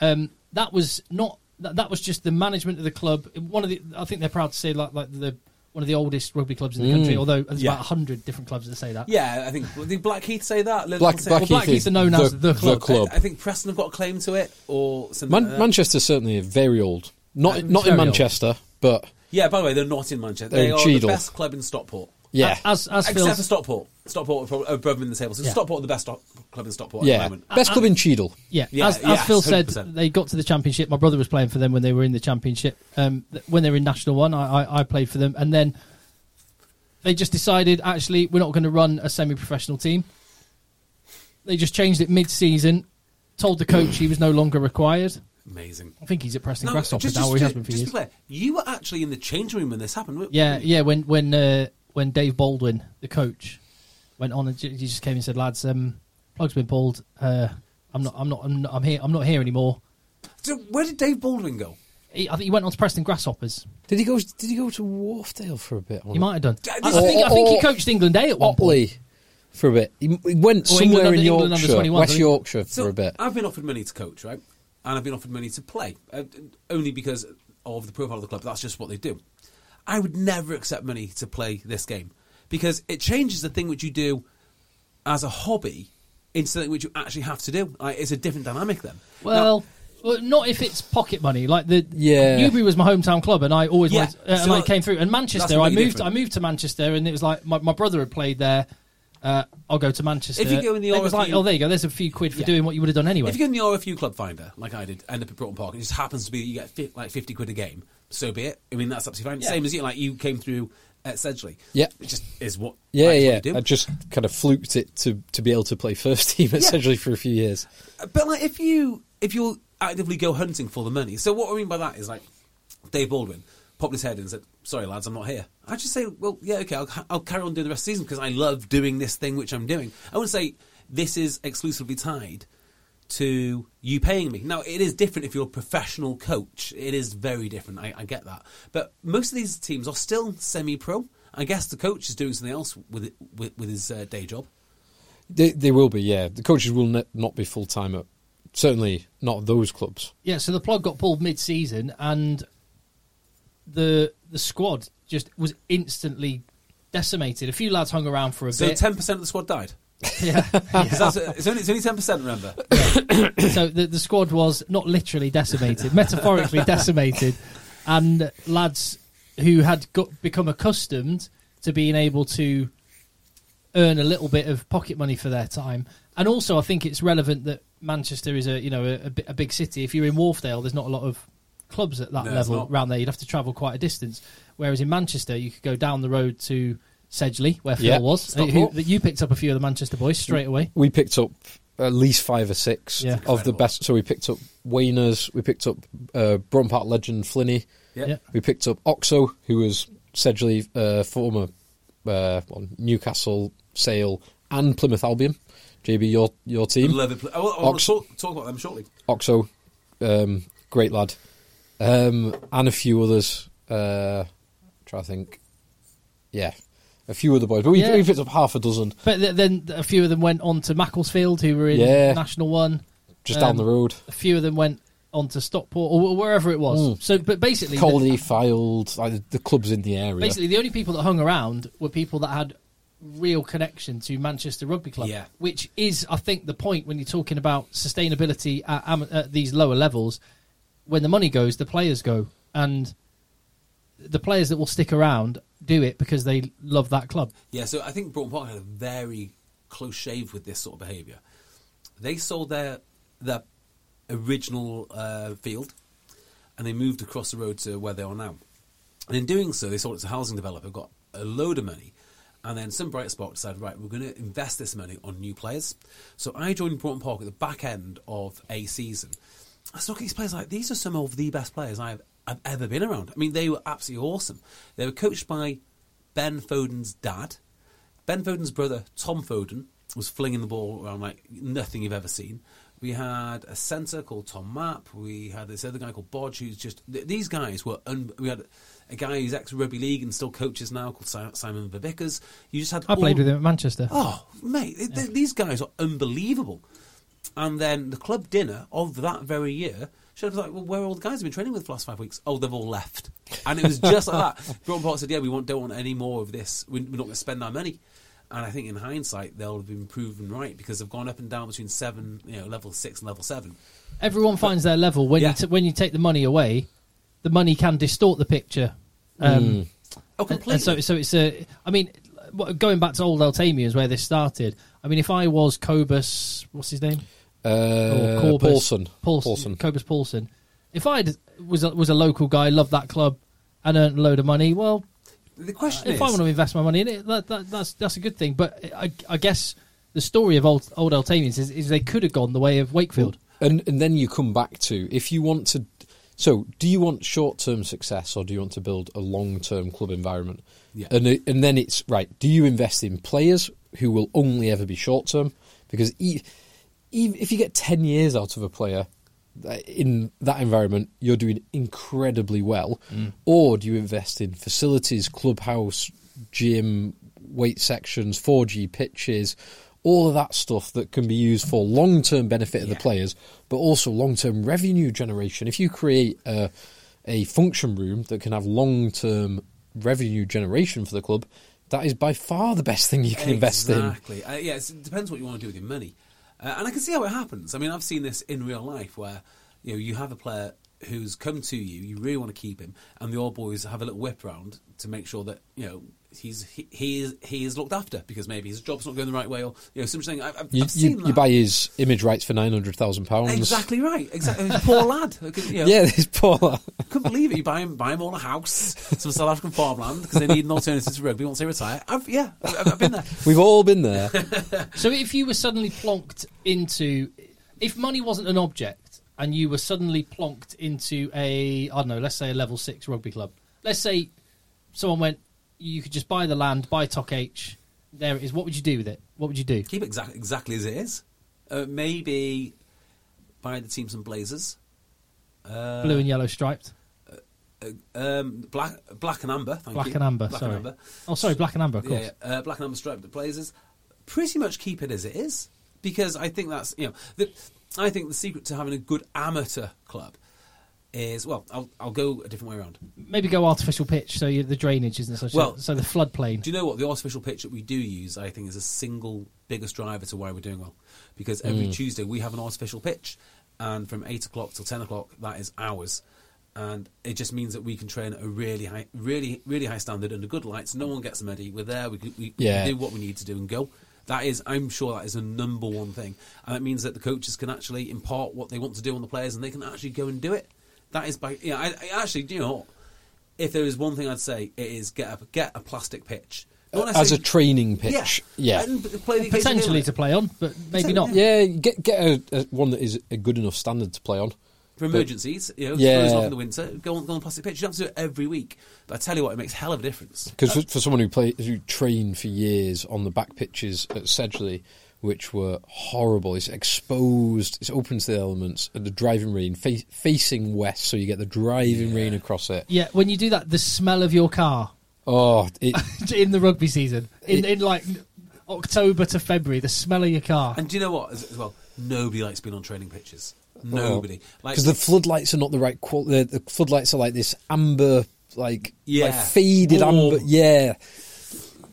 Speaker 1: Um, that was not. That, that was just the management of the club. One of the. I think they're proud to say like like the one of the oldest rugby clubs in the country. Although there's
Speaker 2: Yeah.
Speaker 1: about hundred different clubs that say that.
Speaker 2: yeah, I think well, did Blackheath say that? Liverpool
Speaker 3: Black,
Speaker 2: say-
Speaker 3: Blackheath,
Speaker 1: Blackheath
Speaker 3: is
Speaker 1: are known
Speaker 3: the,
Speaker 1: as the club.
Speaker 2: I- I, uh, think Preston have got a claim to it, or something.
Speaker 3: Man-
Speaker 2: like that.
Speaker 3: Manchester certainly are very old. Not
Speaker 1: Uh,
Speaker 3: not in
Speaker 1: very old.
Speaker 3: Manchester, but
Speaker 2: yeah, by the way, they're not in Manchester. They
Speaker 3: They're
Speaker 2: are the
Speaker 3: Cheadle.
Speaker 2: best club in Stockport.
Speaker 3: yeah,
Speaker 1: A- As as
Speaker 2: Except
Speaker 1: Phil's,
Speaker 2: for Stockport. Stockport are prob- are above them in the table. So
Speaker 1: Yeah.
Speaker 2: Stockport are the best stop- club in Stockport at
Speaker 3: yeah,
Speaker 2: the moment. Uh,
Speaker 3: best club in Cheadle.
Speaker 1: Yeah,
Speaker 2: Yeah,
Speaker 1: as, as
Speaker 2: yes,
Speaker 1: Phil said,
Speaker 2: 100%.
Speaker 1: they got to the championship. My brother was playing for them when they were in the championship. Um, th- when they were in National One, I, I, I played for them, and then they just decided actually we're not going to run a semi-professional team. They just changed it mid-season. Told the coach he was no longer required.
Speaker 2: Amazing.
Speaker 1: I think he's at Preston
Speaker 2: No,
Speaker 1: Grasshopper
Speaker 2: just-
Speaker 1: now.
Speaker 2: just-
Speaker 1: or he has been for
Speaker 2: just
Speaker 1: years.
Speaker 2: to be clear, you were actually in the change room when this happened. weren't
Speaker 1: Yeah,
Speaker 2: you?
Speaker 1: yeah. When when uh, when Dave Baldwin, the coach, went on and j- he just came and said, "Lads, um, plug's been pulled. Uh, I'm not. I'm not. I'm not. I'm here. I'm not here anymore."
Speaker 2: So where did Dave Baldwin go?
Speaker 1: He, I think he went on to Preston Grasshoppers.
Speaker 3: Did he go? Did he go to Wharfdale for a bit?
Speaker 1: He might have done.
Speaker 2: Yeah,
Speaker 1: I, I
Speaker 2: this-
Speaker 1: think, I think he
Speaker 3: Or-
Speaker 1: coached England A at one point.
Speaker 3: Otley for a bit. He, he went
Speaker 1: Or England
Speaker 3: somewhere
Speaker 1: under-
Speaker 3: in
Speaker 1: England under
Speaker 3: Yorkshire,
Speaker 1: 21,
Speaker 3: West
Speaker 1: didn't he?
Speaker 3: Yorkshire
Speaker 2: So
Speaker 3: for a bit.
Speaker 2: I've been offered money to coach, right? And I've been offered money to play, uh, only because of the profile of the club. That's just what they do. I would never accept money to play this game because it changes the thing which you do as a hobby into something which you actually have to do. Like, it's a different dynamic then.
Speaker 1: Well, well, not if it's pocket money. Like the
Speaker 3: Yeah.
Speaker 1: Newbury was my hometown club, and I always
Speaker 2: Yeah,
Speaker 1: went, uh, and
Speaker 2: so
Speaker 1: I came through. And Manchester, I
Speaker 2: completely
Speaker 1: moved.
Speaker 2: different.
Speaker 1: I moved to Manchester, and it was like my, my brother had played there, Uh, I'll go to Manchester.
Speaker 2: If you go in the
Speaker 1: It was
Speaker 2: RFU
Speaker 1: like, oh, there you go. There's a few quid for
Speaker 2: Yeah.
Speaker 1: doing what you would have done anyway.
Speaker 2: If you go in the RFU club finder, like I did, end up at Broughton Park, and it just happens to be that you get fi- like 50 quid a game, so be it. I mean, that's absolutely fine.
Speaker 1: Yeah.
Speaker 2: Same as you, like you came through at Sedgley.
Speaker 3: Yeah.
Speaker 2: It just is what.
Speaker 3: Yeah,
Speaker 2: that's what
Speaker 3: yeah.
Speaker 2: you do.
Speaker 3: I just kind of fluked it to, to be able to play first team essentially for a few years.
Speaker 2: But like, if you if you'll actively go hunting for the money, so what I mean by that is like Dave Baldwin popped his head in and said, "Sorry, lads, I'm not here." I just say, "Well, yeah, okay, I'll, I'll carry on doing the rest of the season because I love doing this thing which I'm doing." I wouldn't say this is exclusively tied to you paying me. Now, it is different if you're a professional coach. It is very different. I, I get that, but most of these teams are still semi-pro. I guess the coach is doing something else with it, with, with his uh, day job.
Speaker 3: They, they will be, yeah. The coaches will ne- not be full time at certainly not at those clubs.
Speaker 1: Yeah, so the plug got pulled mid-season, and the the squad just was instantly decimated. A few lads hung around for a
Speaker 2: So
Speaker 1: bit.
Speaker 2: ten percent of the squad died.
Speaker 1: yeah.
Speaker 2: 'Cause that's- it's only it's only ten percent. Remember,
Speaker 1: so the, the squad was not literally decimated, metaphorically decimated, and lads who had got, become accustomed to being able to earn a little bit of pocket money for their time. And also, I think it's relevant that Manchester is a you know a, a bi- a big city. If you're in Wharfdale, there's not a lot of clubs at that
Speaker 2: No, it's
Speaker 1: level
Speaker 2: not.
Speaker 1: around there. You'd have to travel quite a distance. Whereas in Manchester, you could go down the road to Sedgley, where Phil
Speaker 3: Yeah,
Speaker 1: was.
Speaker 3: Stockport.
Speaker 1: Who, that you picked up a few of the Manchester boys
Speaker 2: Mm.
Speaker 1: straight away.
Speaker 3: We picked up at least five or six
Speaker 1: Yeah.
Speaker 3: of the
Speaker 2: Incredible.
Speaker 3: best. So we picked up Wayners, we picked up uh, Broughton Park legend Flinney,
Speaker 1: Yeah.
Speaker 3: we picked up Oxo, who was Sedgley uh, former uh, well, Newcastle, Sale, and Plymouth Albion. JB, your your team.
Speaker 2: Love it. I, want
Speaker 3: Ox-
Speaker 2: to talk, talk about them shortly.
Speaker 3: Oxo, um, great lad, um, and a few others. Uh, try to think, yeah, a few other boys. But we,
Speaker 1: Yeah.
Speaker 3: we picked up half a dozen
Speaker 1: But th- then a few of them went on to Macclesfield, who were in
Speaker 3: Yeah.
Speaker 1: National One.
Speaker 3: just
Speaker 1: Um,
Speaker 3: down the road.
Speaker 1: A few of them went on to Stockport or wh- wherever it was.
Speaker 3: Mm.
Speaker 1: So, but basically,
Speaker 3: Coldy, Filed, like the, the clubs in the area.
Speaker 1: basically the only people that hung around were people that had real connection to Manchester Rugby Club,
Speaker 2: Yeah.
Speaker 1: which is, I think, the point when you're talking about sustainability at, am- at these lower levels. When the money goes, the players go, and the players that will stick around do it because they love that club.
Speaker 2: Yeah, so I think Broughton Park had a very close shave with this sort of behaviour. They sold their their original uh, field, and they moved across the road to where they are now. And in doing so, they sold it to a housing developer, got a load of money, and then some bright spot decided, right, we're going to invest this money on new players. So I joined Broughton Park at the back end of a season. I was looking at these players like these are some of the best players I've I've ever been around. I mean, they were absolutely awesome. They were coached by Ben Foden's dad. Ben Foden's brother, Tom Foden, was flinging the ball around like nothing you've ever seen. We had a centre called Tom Mapp. We had this other guy called Bodge, who's just. Th- these guys were. Un- we had a guy who's ex rugby league and still coaches now called Si- Simon Vivickers. You just had.
Speaker 1: I played
Speaker 2: all-
Speaker 1: with him at Manchester.
Speaker 2: Oh, mate, th- th- these guys are unbelievable. And then the club dinner of that very year, she was like, well, where are all the guys have been training with for the last five weeks? Oh, they've all left. And it was just like that. Broughton Park said, yeah, we want, don't want any more of this. We- We're not going to spend our money. And I think in hindsight, they'll have been proven right because they've gone up and down between seven, you know, level six and level seven.
Speaker 1: everyone finds their level when
Speaker 2: Yeah.
Speaker 1: you t- when you take the money away the money can distort the picture
Speaker 3: Mm.
Speaker 1: um,
Speaker 2: Oh,
Speaker 1: and,
Speaker 2: completely.
Speaker 1: and so so it's a i mean what- going back to old Altamia's where this started i mean if i was cobus what's his name
Speaker 3: uh,
Speaker 1: Corbus.
Speaker 3: Paulson.
Speaker 1: paulson,
Speaker 3: Paulson.
Speaker 1: cobus paulson if i was a, was a local guy loved that club and earned a load of money well
Speaker 2: the question
Speaker 1: if
Speaker 2: is,
Speaker 1: I want to invest my money in it, that, that, that's that's a good thing. But I, I guess the story of old old Altamians is, is they could have gone the way of Wakefield.
Speaker 3: And and then you come back to if you want to. So, do you want short-term success, or do you want to build a long-term club environment?
Speaker 2: Yeah.
Speaker 3: And it- and then it's right. Do you invest in players who will only ever be short-term? Because e- even if you get ten years out of a player uh, in that environment, you're doing incredibly well.
Speaker 2: Mm.
Speaker 3: Or do you invest in facilities, clubhouse, gym, weight sections, 4G pitches? All of that stuff that can be used for long term benefit of the
Speaker 2: Yeah.
Speaker 3: players, but also long term revenue generation. If you create a, a function room that can have long term revenue generation for the club, that is by far the best thing you can invest in.
Speaker 2: Exactly. Uh, yeah, it's, it depends what you want to do with your money. Uh, and I can see how it happens. I mean, I've seen this in real life where you know you have a player who's come to you, you really want to keep him, and the old boys have a little whip round to make sure that you know he's he, he is he is looked after because maybe his job's not going the right way or you know something. I've, I've,
Speaker 3: You,
Speaker 2: I've seen
Speaker 3: you,
Speaker 2: that.
Speaker 3: you buy his image rights for nine hundred thousand pounds.
Speaker 2: exactly right, exactly. Poor lad. You know,
Speaker 3: Yeah, this poor.
Speaker 2: couldn't believe it. You buy him, buy him all a house, some South African farmland because they need an alternative to rugby once they retire. I've, yeah, I've, I've been there.
Speaker 3: We've all been there.
Speaker 1: So if you were suddenly plonked into, if money wasn't an object and you were suddenly plonked into a, I don't know, let's say a level six rugby club. Let's say someone went, you could just buy the land, buy Toc H. There it is. What would you do with it? What would you do?
Speaker 2: Keep it exactly exactly as it is. Uh, maybe buy the team some blazers, uh,
Speaker 1: Blue and yellow striped,
Speaker 2: um, black, black and amber. Thank
Speaker 1: black
Speaker 2: you.
Speaker 1: and amber.
Speaker 2: black
Speaker 1: sorry.
Speaker 2: and amber.
Speaker 1: Oh, sorry, black and amber. Of
Speaker 2: Yeah,
Speaker 1: course.
Speaker 2: yeah. Uh, black and amber striped the blazers. Pretty much keep it as it is because I think that's you know the, I think the secret to having a good amateur club is well I'll I'll go a different way around.
Speaker 1: Maybe go artificial pitch so you, the drainage isn't such.
Speaker 2: Well-
Speaker 1: a, so the floodplain.
Speaker 2: Do you know what the artificial pitch that we do use? I think is a single biggest driver to why we're doing well, because every Tuesday we have an artificial pitch, and from eight o'clock till ten o'clock that is ours, and it just means that we can train at a really high, really, really high standard under good lights. No one gets muddy. We're there. We, can- we,
Speaker 3: Yeah.
Speaker 2: we do what we need to do and go. That is, I'm sure that is the number one thing, and that means that the coaches can actually impart what they want to do on the players, and they can actually go and do it. That is by yeah. I, I actually, do you know, what? if there is one thing I'd say, it is get a get a plastic pitch Not
Speaker 3: Uh, As a
Speaker 2: necessarily-
Speaker 3: training pitch. Yeah.
Speaker 2: and p- play the occasional
Speaker 1: Potentially
Speaker 2: game
Speaker 1: to play on, but maybe not.
Speaker 3: Yeah, get get a, a one that is a good enough standard to play on.
Speaker 2: for emergencies. You know,
Speaker 3: Yeah.
Speaker 2: throws off in the winter. Go on, go on plastic pitch. You don't have to do it every week, but I tell you what, it makes a hell of a difference.
Speaker 3: Because for, for someone who played who trained for years on the back pitches at Sedgley, which were horrible, it's exposed, it's open to the elements, and the driving rain fa- facing west, so you get the driving rain across it.
Speaker 1: Yeah, when you do that, the smell of your car
Speaker 3: Oh, it,
Speaker 1: in the rugby season, in, in like October to February, the smell of your car.
Speaker 2: And do you know what? As, as well, nobody likes being on training pitches. Nobody. Like
Speaker 3: because the floodlights are not the right quality. The, the floodlights are like this amber, like
Speaker 2: Yeah.
Speaker 3: like faded
Speaker 2: Warm.
Speaker 3: amber. Yeah,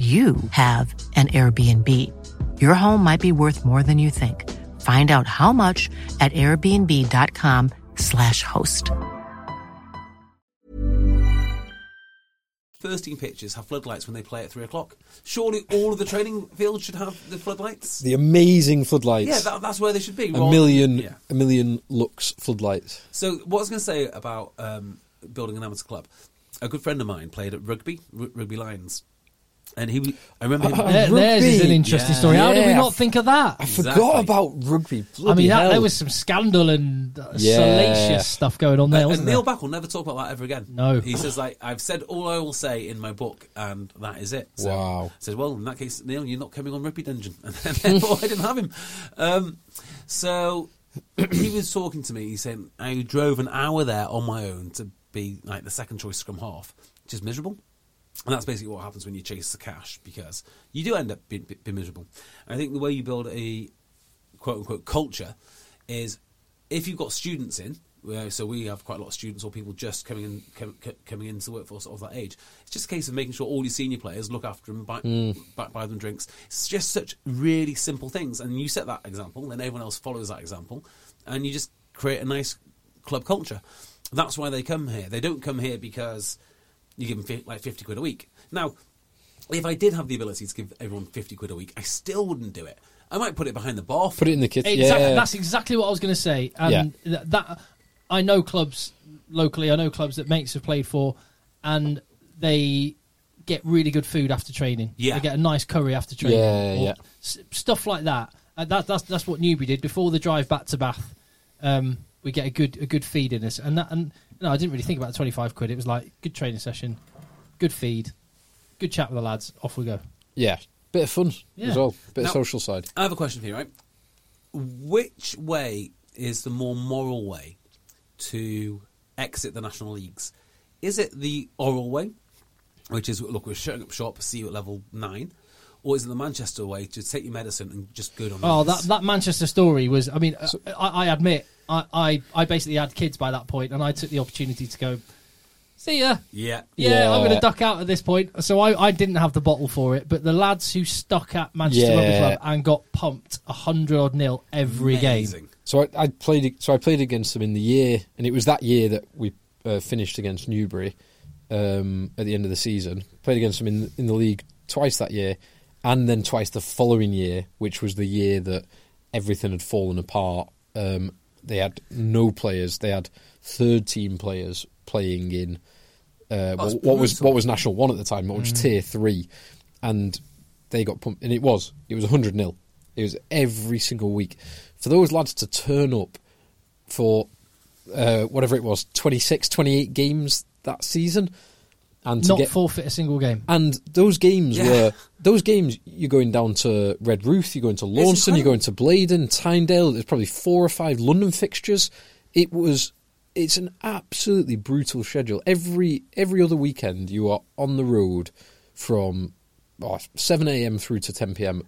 Speaker 4: you have an Airbnb. Your home might be worth more than you think. Find out how much at airbnb.com/slash host.
Speaker 2: thirteen pitches have floodlights when they play at three o'clock? Surely all of the training fields should have the floodlights.
Speaker 3: the amazing floodlights.
Speaker 2: Yeah, that, that's where they should be. rather
Speaker 3: a
Speaker 2: than-
Speaker 3: million,
Speaker 2: Yeah.
Speaker 3: a million lux floodlights.
Speaker 2: So, what I was going to say about um, building an amateur club, a good friend of mine played at rugby, r- rugby Lions, and he. I remember. Him,
Speaker 1: There, theirs is an
Speaker 3: Rugby.
Speaker 1: interesting
Speaker 2: Yeah.
Speaker 1: story. How did we
Speaker 3: Yeah.
Speaker 1: not think of that?
Speaker 3: I
Speaker 2: Exactly.
Speaker 3: forgot about rugby.
Speaker 1: I
Speaker 3: Bloody
Speaker 1: mean, that,
Speaker 3: hell.
Speaker 1: there was some scandal and uh,
Speaker 3: Yeah.
Speaker 1: salacious stuff going on there,
Speaker 2: and
Speaker 1: wasn't there?
Speaker 2: Neil Back will never talk about that ever again.
Speaker 1: No.
Speaker 2: he says like I've said all I will say in my book, and that is it. So
Speaker 3: Wow.
Speaker 2: I said, well, in that case, Neil, you're not coming on Rugby Dungeon, and therefore I didn't have him. Um, so he was talking to me. He said I drove an hour there on my own to be like the second choice scrum half, which is miserable. And that's basically what happens when you chase the cash because you do end up being, being miserable. I think the way you build a quote unquote culture is if you've got students in, where- so we have quite a lot of students or people just coming in com, co- coming into the workforce of that age. It's just a case of making sure all your senior players look after them, buy, buy, buy them drinks. It's just such really simple things, and you set that example, then everyone else follows that example, and you just create a nice club culture. That's why they come here. They don't come here because you give them fi- like fifty quid a week. Now, if I did have the ability to give everyone fifty quid a week, I still wouldn't do it. I might put it behind the bar.
Speaker 3: Put it in the kitchen.
Speaker 1: Exactly.
Speaker 3: Yeah.
Speaker 1: That's exactly what I was going to say. And th- that I know clubs locally. I know clubs that mates have played for, and they get really good food after training.
Speaker 2: Yeah.
Speaker 1: They get a nice curry after training.
Speaker 3: Yeah, yeah,
Speaker 1: or
Speaker 3: yeah.
Speaker 1: S- stuff like that. And that that's that's what Newby did before the drive back to Bath. Um, we get a good a good feed in us, and that and no, I didn't really think about twenty five quid. It was like good training session, good feed, good chat with the lads. Off we go.
Speaker 3: Yeah, bit of fun
Speaker 1: Yeah.
Speaker 3: as well, bit
Speaker 2: Now-
Speaker 3: of social side.
Speaker 2: I have a question for you, right? Which way is the more moral way to exit the national leagues? Is it the oral way, which is look, we're shutting up shop, see you at level nine, or is it the Manchester way to take your medicine and just go down? the
Speaker 1: Oh, that
Speaker 2: list?
Speaker 1: that Manchester story was. I mean, uh, I, I admit, I, I I basically had kids by that point, and I took the opportunity to go. See ya.
Speaker 2: yeah,
Speaker 1: Yeah, I'm
Speaker 3: Yeah.
Speaker 1: going to duck out at this point. So I, I didn't have the bottle for it, but the lads who stuck at Manchester Rugby
Speaker 3: Yeah.
Speaker 1: Club and got pumped a hundred odd nil every game.
Speaker 2: amazing.
Speaker 3: So I, I played. So I played against them in the year, and it was that year that we uh, finished against Newbury um, at the end of the season. Played against them in in the league twice that year, and then twice the following year, which was the year that everything had fallen apart. Um, they had no players. They had third team players playing in uh,
Speaker 2: That's
Speaker 3: what, what was
Speaker 2: brutal.
Speaker 3: what was National One at the time, which was Tier Three, and they got pumped. And it was it was hundred 0 It was every single week for those lads to turn up for uh, whatever it was 26, 28 games that season, and to
Speaker 1: Not
Speaker 3: get
Speaker 1: forfeit a single game.
Speaker 3: and those games
Speaker 2: Yeah.
Speaker 3: were those games. You're going down to Red Roof, you're going to Launceston, you're going to Bladen, Tyndale. There's probably four or five London fixtures. It was it's an absolutely brutal schedule. Every every other weekend, you are on the road from oh, seven a.m. through to ten p.m.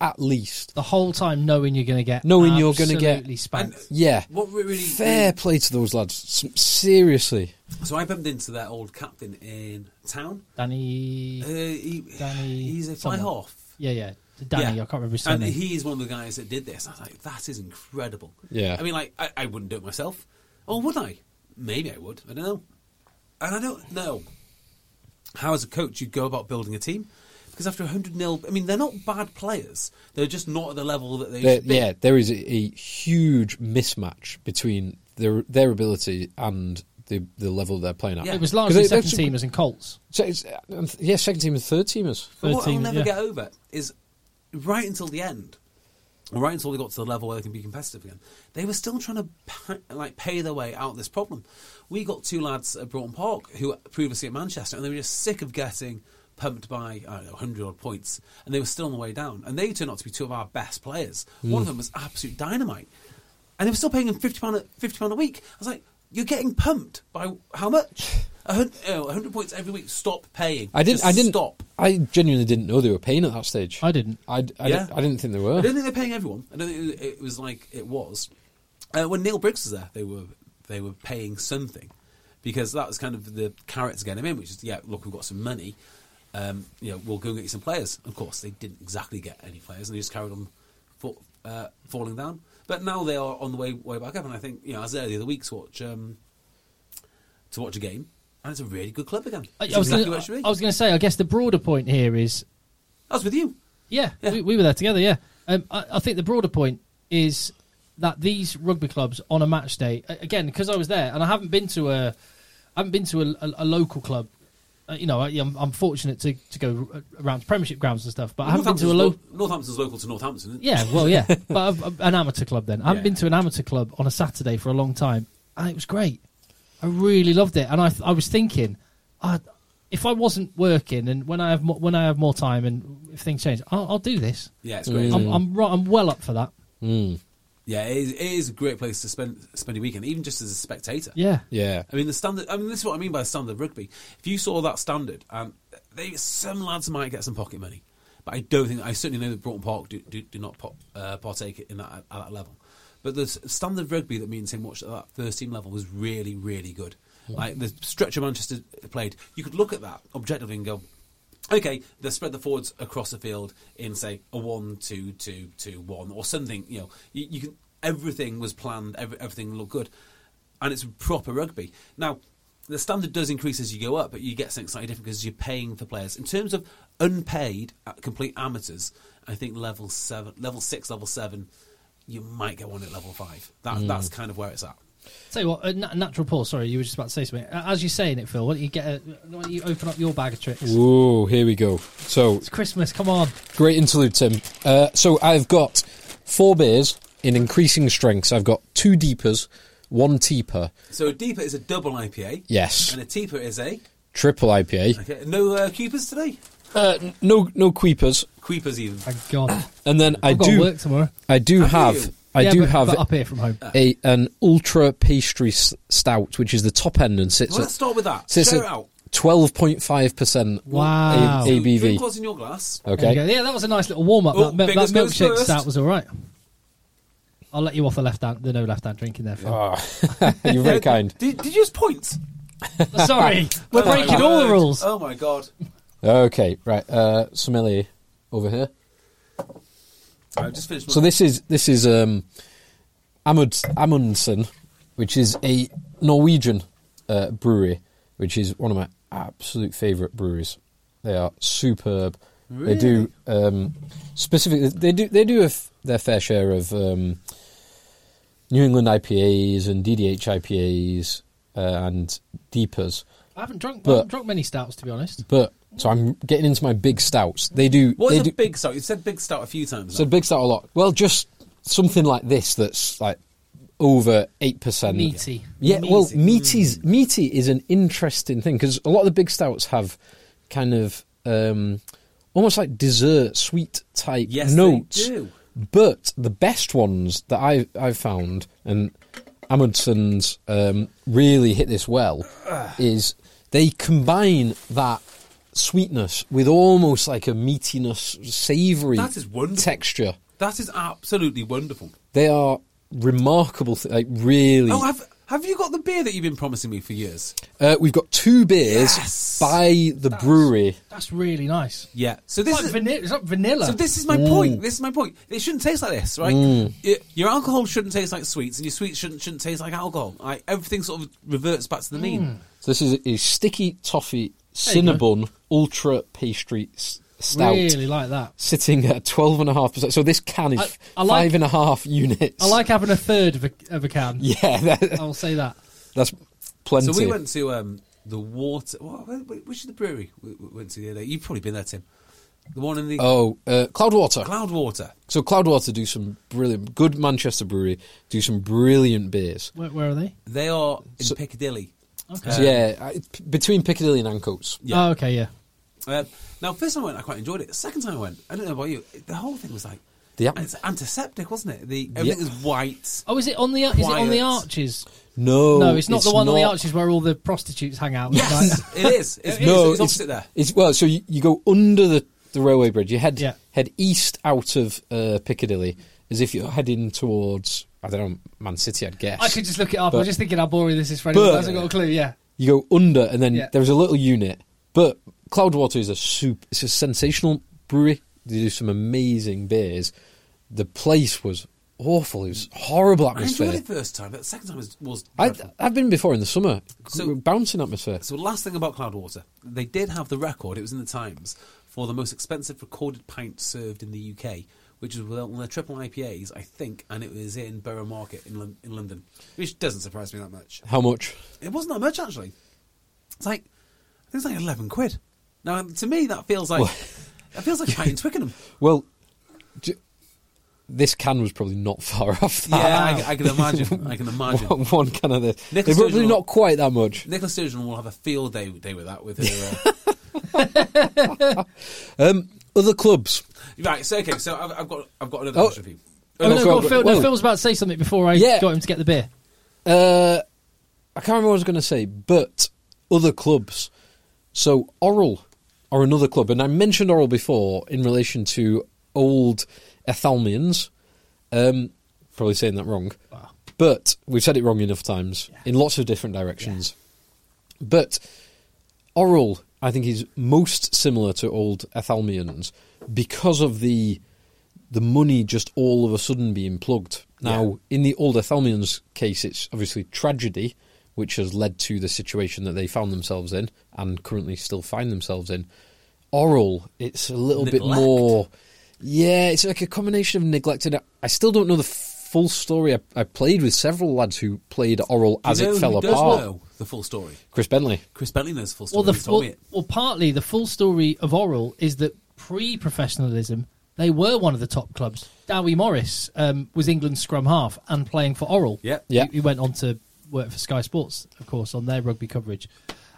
Speaker 3: at least.
Speaker 1: The whole time knowing you're going to get
Speaker 3: Knowing you're gonna get-
Speaker 1: absolutely spanked.
Speaker 3: Yeah,
Speaker 2: What we really-
Speaker 3: fair play to those lads. S- Seriously,
Speaker 2: So I bumped into their old captain in town.
Speaker 1: Danny,
Speaker 2: Uh, he,
Speaker 1: Danny
Speaker 2: he's a fly
Speaker 1: someone.
Speaker 2: half.
Speaker 1: yeah, yeah, Danny. I can't remember his
Speaker 2: And
Speaker 1: surname.
Speaker 2: he is one of the guys that did this. I was like, that is incredible.
Speaker 3: Yeah.
Speaker 2: I mean, like, I, I wouldn't do it myself. Or would I? Maybe I would. I don't know. And I don't know how, as a coach, you go about building a team. Because after 100 nil, I mean, they're not bad players. They're just not at the level that they
Speaker 3: There-
Speaker 2: should be.
Speaker 3: yeah, there is a, a huge mismatch between their their ability and the the level they're playing at.
Speaker 2: Yeah.
Speaker 1: it
Speaker 3: Because
Speaker 1: was largely
Speaker 3: they- they've
Speaker 1: second
Speaker 3: just-
Speaker 1: teamers and Colts.
Speaker 3: So it's, uh, and th- yeah, second team and third teamers.
Speaker 2: But what I'll
Speaker 1: 13,
Speaker 2: never
Speaker 1: yeah.
Speaker 2: get over is right until the end, or right until they got to the level where they can be competitive again, they were still trying to pa- like pay their way out of this problem. We got two lads at Broughton Park who were previously at Manchester, and they were just sick of getting pumped by I don't know hundred odd points, and they were still on the way down. And they turned out to be two of our best players. One
Speaker 3: Mm.
Speaker 2: of them was absolute dynamite, and they were still paying him fifty pound fifty pound a week. I was like, you're getting pumped by how much? A hun- oh, 100 points every week. Stop paying.
Speaker 3: I didn't.
Speaker 2: Just
Speaker 3: I didn't.
Speaker 2: stop.
Speaker 3: I genuinely didn't know they were paying at that stage.
Speaker 1: I didn't.
Speaker 3: I, d- I
Speaker 2: Yeah.
Speaker 3: didn't, I didn't think they
Speaker 2: I
Speaker 3: were.
Speaker 2: don't think they're paying everyone. I don't think it was like it was. Uh, when Neil Briggs was there, they were they were paying something because that was kind of the carrot to get him in, which is yeah, look, we've got some money. Um, you know, we'll go and get you some players. Of course, they didn't exactly get any players, and they just carried on fa- uh, falling down. But now they are on the way way back up, and I think you know, I was there the other week to watch um, to watch a game, and it's a really good club again.
Speaker 1: I,
Speaker 2: It's
Speaker 1: I was
Speaker 2: exactly
Speaker 1: gonna,
Speaker 2: what it should be.
Speaker 1: I was going to say. I guess the broader point here is
Speaker 2: I was with you.
Speaker 1: Yeah,
Speaker 2: Yeah.
Speaker 1: We, we were there together. Yeah, um, I, I think the broader point is that these rugby clubs on a match day a- again because I was there and I haven't been to a, I haven't been to a, a, a local club. Uh, you know, I, I'm, I'm fortunate to, to go r- around to Premiership grounds and stuff, but I haven't been to a
Speaker 2: Northampton's
Speaker 1: local.
Speaker 2: lo- Northampton's local to Northampton. Isn't it?
Speaker 1: Yeah, well, yeah, but I've, I've- an amateur club. Then I haven't
Speaker 2: Yeah.
Speaker 1: been to an amateur club on a Saturday for a long time, and it was great. I really loved it, and I th- I was thinking, I, if I wasn't working and when I have mo- when I have more time and if things change, I'll, I'll do this.
Speaker 2: yeah, it's great.
Speaker 1: I'm, I'm, right, I'm well up for that.
Speaker 2: Yeah, it is, it is a great place to spend spend your weekend, even just as a spectator.
Speaker 1: Yeah.
Speaker 3: Yeah,
Speaker 2: I mean the standard. I mean this is what I mean by the standard of rugby. If you saw that standard, um, they, some lads might get some pocket money, but I don't think I certainly know that Broughton Park do, do, do not pot, uh, partake in that at that level. But the s- standard of rugby that means him watched at that first team level was really really good. Like the stretch of Manchester played, you could look at that objectively and go, okay, they spread the forwards across the field in say a one, two, two, two, one, or something. You know, you, you can everything was planned, every, everything looked good, and it's proper rugby. Now, the standard does increase as you go up, but you get something slightly different because you're paying for players. In terms of unpaid, uh, complete amateurs, I think level seven, level six, level seven, you might get one at level five. That, That's kind of where it's at.
Speaker 1: Tell you what, uh, na- natural pause. Sorry, you were just about to say something. Uh, As you're saying it, Phil, why don't you get? A, why don't you open up your bag of tricks?
Speaker 3: Whoa, here we go. So,
Speaker 1: It's Christmas. Come on.
Speaker 3: great interlude, Tim. Uh, so, I've got four beers in increasing strengths. I've got two deepers, one teeper.
Speaker 2: So a deeper is a double IPA.
Speaker 3: Yes.
Speaker 2: And a teeper is a.
Speaker 3: Triple IPA.
Speaker 2: Okay, no uh, keepers today.
Speaker 3: Uh, n- no, no queepers.
Speaker 2: Queepers even.
Speaker 1: Thank God. I've
Speaker 3: And then I
Speaker 1: got to
Speaker 3: do,
Speaker 1: work tomorrow.
Speaker 3: I do have, I
Speaker 1: Yeah,
Speaker 3: do
Speaker 1: but-
Speaker 3: have
Speaker 1: but up here from home.
Speaker 3: a an ultra pastry s- stout, which is the top end and sits
Speaker 2: Well, let's
Speaker 3: at
Speaker 2: start with that.
Speaker 3: sits
Speaker 2: Share
Speaker 3: at
Speaker 2: it out.
Speaker 3: twelve point five percent
Speaker 1: Wow.
Speaker 2: So
Speaker 3: ABV.
Speaker 2: Drink what's in your glass.
Speaker 1: There you
Speaker 3: Okay,
Speaker 1: go. Yeah, that was a nice little warm up.
Speaker 2: Oh,
Speaker 1: that mi- that
Speaker 2: Biggers goes
Speaker 1: milkshake
Speaker 2: first.
Speaker 1: stout was all right. I'll let you off the left hand. The no left hand drinking there, Phil.
Speaker 3: Ah. you're very kind.
Speaker 2: Uh, Did, did you just point?
Speaker 1: Sorry, we're
Speaker 2: Oh my
Speaker 1: breaking all the
Speaker 2: word.
Speaker 1: rules.
Speaker 2: Oh my god.
Speaker 3: Okay, right. Uh, sommelier over here.
Speaker 2: I just finished.
Speaker 3: So
Speaker 2: mine.
Speaker 3: this is this is um, Amund Amundsen, which is a Norwegian uh, brewery, which is one of my absolute favourite breweries. They are superb. They do um, specifically. They do they do a f- their fair share of um, New England IPAs and DDH IPAs uh, and deepers.
Speaker 1: I haven't drunk. I
Speaker 3: But-
Speaker 1: haven't drunk many stouts to be honest.
Speaker 3: But so I'm getting into my big stouts. They do.
Speaker 2: What
Speaker 3: they
Speaker 2: is a
Speaker 3: do,
Speaker 2: big stout? You said big stout a few times.
Speaker 3: So
Speaker 2: now.
Speaker 3: big stout a lot. Well, just something like this that's like over eight percent
Speaker 1: Meaty.
Speaker 3: Yeah, well,
Speaker 2: Meaty.
Speaker 3: meaty's meaty is an interesting thing because a lot of the big stouts have kind of um, almost like dessert sweet type
Speaker 2: Yes, they
Speaker 3: notes.
Speaker 2: do.
Speaker 3: But the best ones that I I've found and Amundsen's um, really hit this well is they combine that sweetness with almost like a meatiness, savoury
Speaker 2: That is wonderful.
Speaker 3: texture.
Speaker 2: that is absolutely wonderful.
Speaker 3: They are remarkable, th- like really.
Speaker 2: Oh, have have you got the beer that you've been promising me for years?
Speaker 3: Uh, we've got two beers
Speaker 2: Yes!
Speaker 3: by the brewery.
Speaker 1: That's really nice.
Speaker 2: Yeah. So
Speaker 1: It's
Speaker 2: this
Speaker 1: like,
Speaker 2: is
Speaker 1: vanilla, it's like vanilla.
Speaker 2: So this is my
Speaker 3: Mm.
Speaker 2: point. This is my point. It shouldn't taste like this, right? Y- your alcohol shouldn't taste like sweets, and your sweets shouldn't shouldn't taste like alcohol. Like, everything sort of reverts back to the
Speaker 1: Mm.
Speaker 2: mean.
Speaker 3: So this is a sticky toffee cinnabon ultra pastry s- stout.
Speaker 1: really like that.
Speaker 3: Sitting at twelve and a half percent, so this can is
Speaker 1: I-
Speaker 3: f-
Speaker 1: I like-
Speaker 3: five and a half units.
Speaker 1: I like having a third of a, of a can.
Speaker 3: yeah, that,
Speaker 1: I'll say that.
Speaker 3: that's plenty.
Speaker 2: So we went to um, the water. What, wh- wh- which is the brewery we we went to the other day? You've probably been there, Tim. The one in the
Speaker 3: oh, uh, Cloudwater.
Speaker 2: Cloudwater.
Speaker 3: so Cloudwater do some brilliant, good Manchester brewery do some brilliant beers.
Speaker 1: Where, where are they?
Speaker 2: They are in Piccadilly.
Speaker 1: Okay.
Speaker 2: Uh,
Speaker 3: So yeah, I, p- between Piccadilly and Ancoats.
Speaker 2: Yeah.
Speaker 1: Oh, okay, yeah.
Speaker 2: Um, now, first time I went, I quite enjoyed it. Second time I went, I don't know about you. it- The whole thing was like
Speaker 3: The atm-
Speaker 2: it's antiseptic, wasn't it? The everything
Speaker 3: Yeah.
Speaker 2: is white.
Speaker 1: Oh, is it on the is it on the
Speaker 2: Quiet.
Speaker 1: arches?
Speaker 3: No,
Speaker 1: no, it's not the one on the
Speaker 3: Oh, not.
Speaker 1: arches where all the prostitutes hang out.
Speaker 2: Yes,
Speaker 1: Like-
Speaker 2: it is. It's,
Speaker 3: No,
Speaker 2: it's, it's opposite there.
Speaker 3: It's well, so you, you go under the, the railway bridge. You head
Speaker 1: Yeah.
Speaker 3: head east out of uh, Piccadilly, as if you're heading towards I don't know Man City. I'd guess
Speaker 1: I could just look it up. I'm
Speaker 3: But-
Speaker 1: just thinking how boring this is for anyone. who
Speaker 3: But-
Speaker 1: hasn't got a clue. Yeah.
Speaker 3: you go under, and then
Speaker 1: Yeah.
Speaker 3: there's a little unit. But Cloudwater is a soup. It's a sensational brewery. They do some amazing beers. The place was awful. It was horrible
Speaker 2: I enjoyed
Speaker 3: atmosphere.
Speaker 2: it first time, but the second time was, was
Speaker 3: I,
Speaker 2: dreadful.
Speaker 3: I've been before in the summer.
Speaker 2: So-
Speaker 3: bouncing atmosphere.
Speaker 2: So, last thing about Cloudwater, they did have the record. It was in the Times for the most expensive recorded pint served in the UK, which is one of the triple IPAs, I think, and it was in Borough Market in, Lon- in London, which doesn't surprise me that much.
Speaker 3: How much?
Speaker 2: It wasn't that much actually. It's like I think it's like eleven quid. Now, to me, that feels like that feels like fighting Twickenham.
Speaker 3: Well, j- this can was probably not far off that.
Speaker 2: Yeah, I, I can imagine. I can imagine.
Speaker 3: one, one can of this.
Speaker 2: Nicholas
Speaker 3: They're probably
Speaker 2: Sturgeon-
Speaker 3: not quite that much.
Speaker 2: Nicola Sturgeon will have a field day, day with that. With her, uh,
Speaker 3: Um, other clubs.
Speaker 2: right? So okay, so I've, I've got I've got another
Speaker 3: Oh.
Speaker 2: question for you.
Speaker 1: Oh, no,
Speaker 3: no,
Speaker 1: go on,
Speaker 3: go-
Speaker 1: Phil, no,
Speaker 3: well-
Speaker 1: Phil's about to say something before I
Speaker 3: Yeah.
Speaker 1: got him to get the beer.
Speaker 3: Uh, I can't remember what I was going to say, but other clubs. So Oral are another club, and I mentioned Oral before in relation to old Ethalmians. Um, probably saying that wrong, but we've said it wrong enough times in lots of different directions. But Oral, I think, is most similar to old Ethalmians because of the the money just all of a sudden being plugged. Now, in the old Ethalmians case, it's obviously tragedy, which has led to the situation that they found themselves in and currently still find themselves in. Oral, it's a little bit
Speaker 2: Neglect.
Speaker 3: more. Yeah, it's like a combination of neglect and I still don't know the full story. I, I played with several lads who played oral as
Speaker 2: you know
Speaker 3: it fell
Speaker 2: who does
Speaker 3: apart.
Speaker 2: know the full story.
Speaker 3: Chris Bentley.
Speaker 2: Chris Bentley knows the full story.
Speaker 1: Well, the
Speaker 2: he
Speaker 1: f-
Speaker 2: told
Speaker 1: well,
Speaker 2: me it.
Speaker 1: well, partly the full story of Oral is that pre-professionalism, they were one of the top clubs. Dowie Morris um, was England's scrum half and playing for Oral.
Speaker 2: Yeah.
Speaker 3: Yeah.
Speaker 1: He, he went on to work for Sky Sports, of course, on their rugby coverage,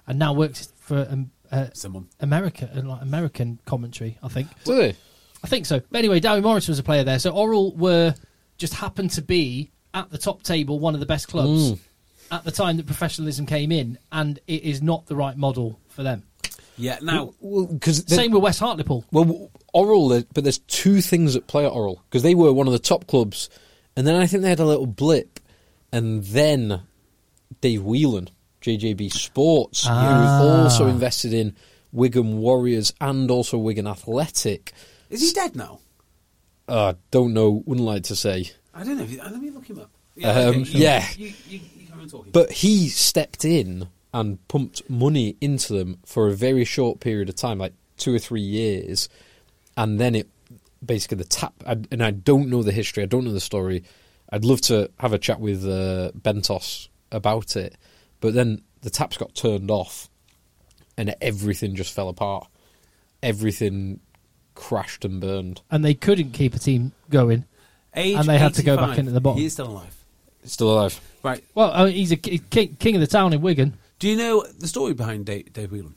Speaker 1: and now works for um, uh,
Speaker 2: Someone.
Speaker 1: America, uh, like American commentary, I think.
Speaker 3: Do they?
Speaker 1: I think so. But anyway, Dowie Morris was a player there. So Oral were just happened to be at the top table, one of the best clubs
Speaker 2: Mm.
Speaker 1: at the time that professionalism came in, and it is not the right model for them.
Speaker 2: Yeah. Now,
Speaker 3: Well, because
Speaker 1: Same with West Hartlepool.
Speaker 3: Well, w- Oral, there- but there's two things that play at Oral because they were one of the top clubs, and then I think they had a little blip, and then Dave Whelan, JJB Sports, who also invested in Wigan Warriors and also Wigan Athletic.
Speaker 2: is he dead now?
Speaker 3: Uh, don't know, wouldn't like to say,
Speaker 2: I don't know. If he, let me look him up.
Speaker 3: Um, yeah.
Speaker 2: You, you, you carry on talking.
Speaker 3: but he stepped in and pumped money into them for a very short period of time, like two or three years, and then it basically the tap. I, and I don't know the history. I don't know the story. I'd love to have a chat with uh, Bentos about it, but then the taps got turned off, and everything just fell apart. Everything crashed and burned.
Speaker 1: And they couldn't keep a team going.
Speaker 2: Age
Speaker 1: and they had to go back
Speaker 2: 85.
Speaker 1: into the bottom.
Speaker 2: He is still alive.
Speaker 3: Still alive.
Speaker 2: Right.
Speaker 1: Well, I mean, he's a ki- king, king of the town in Wigan.
Speaker 2: Do you know the story behind Dave, Dave Whelan?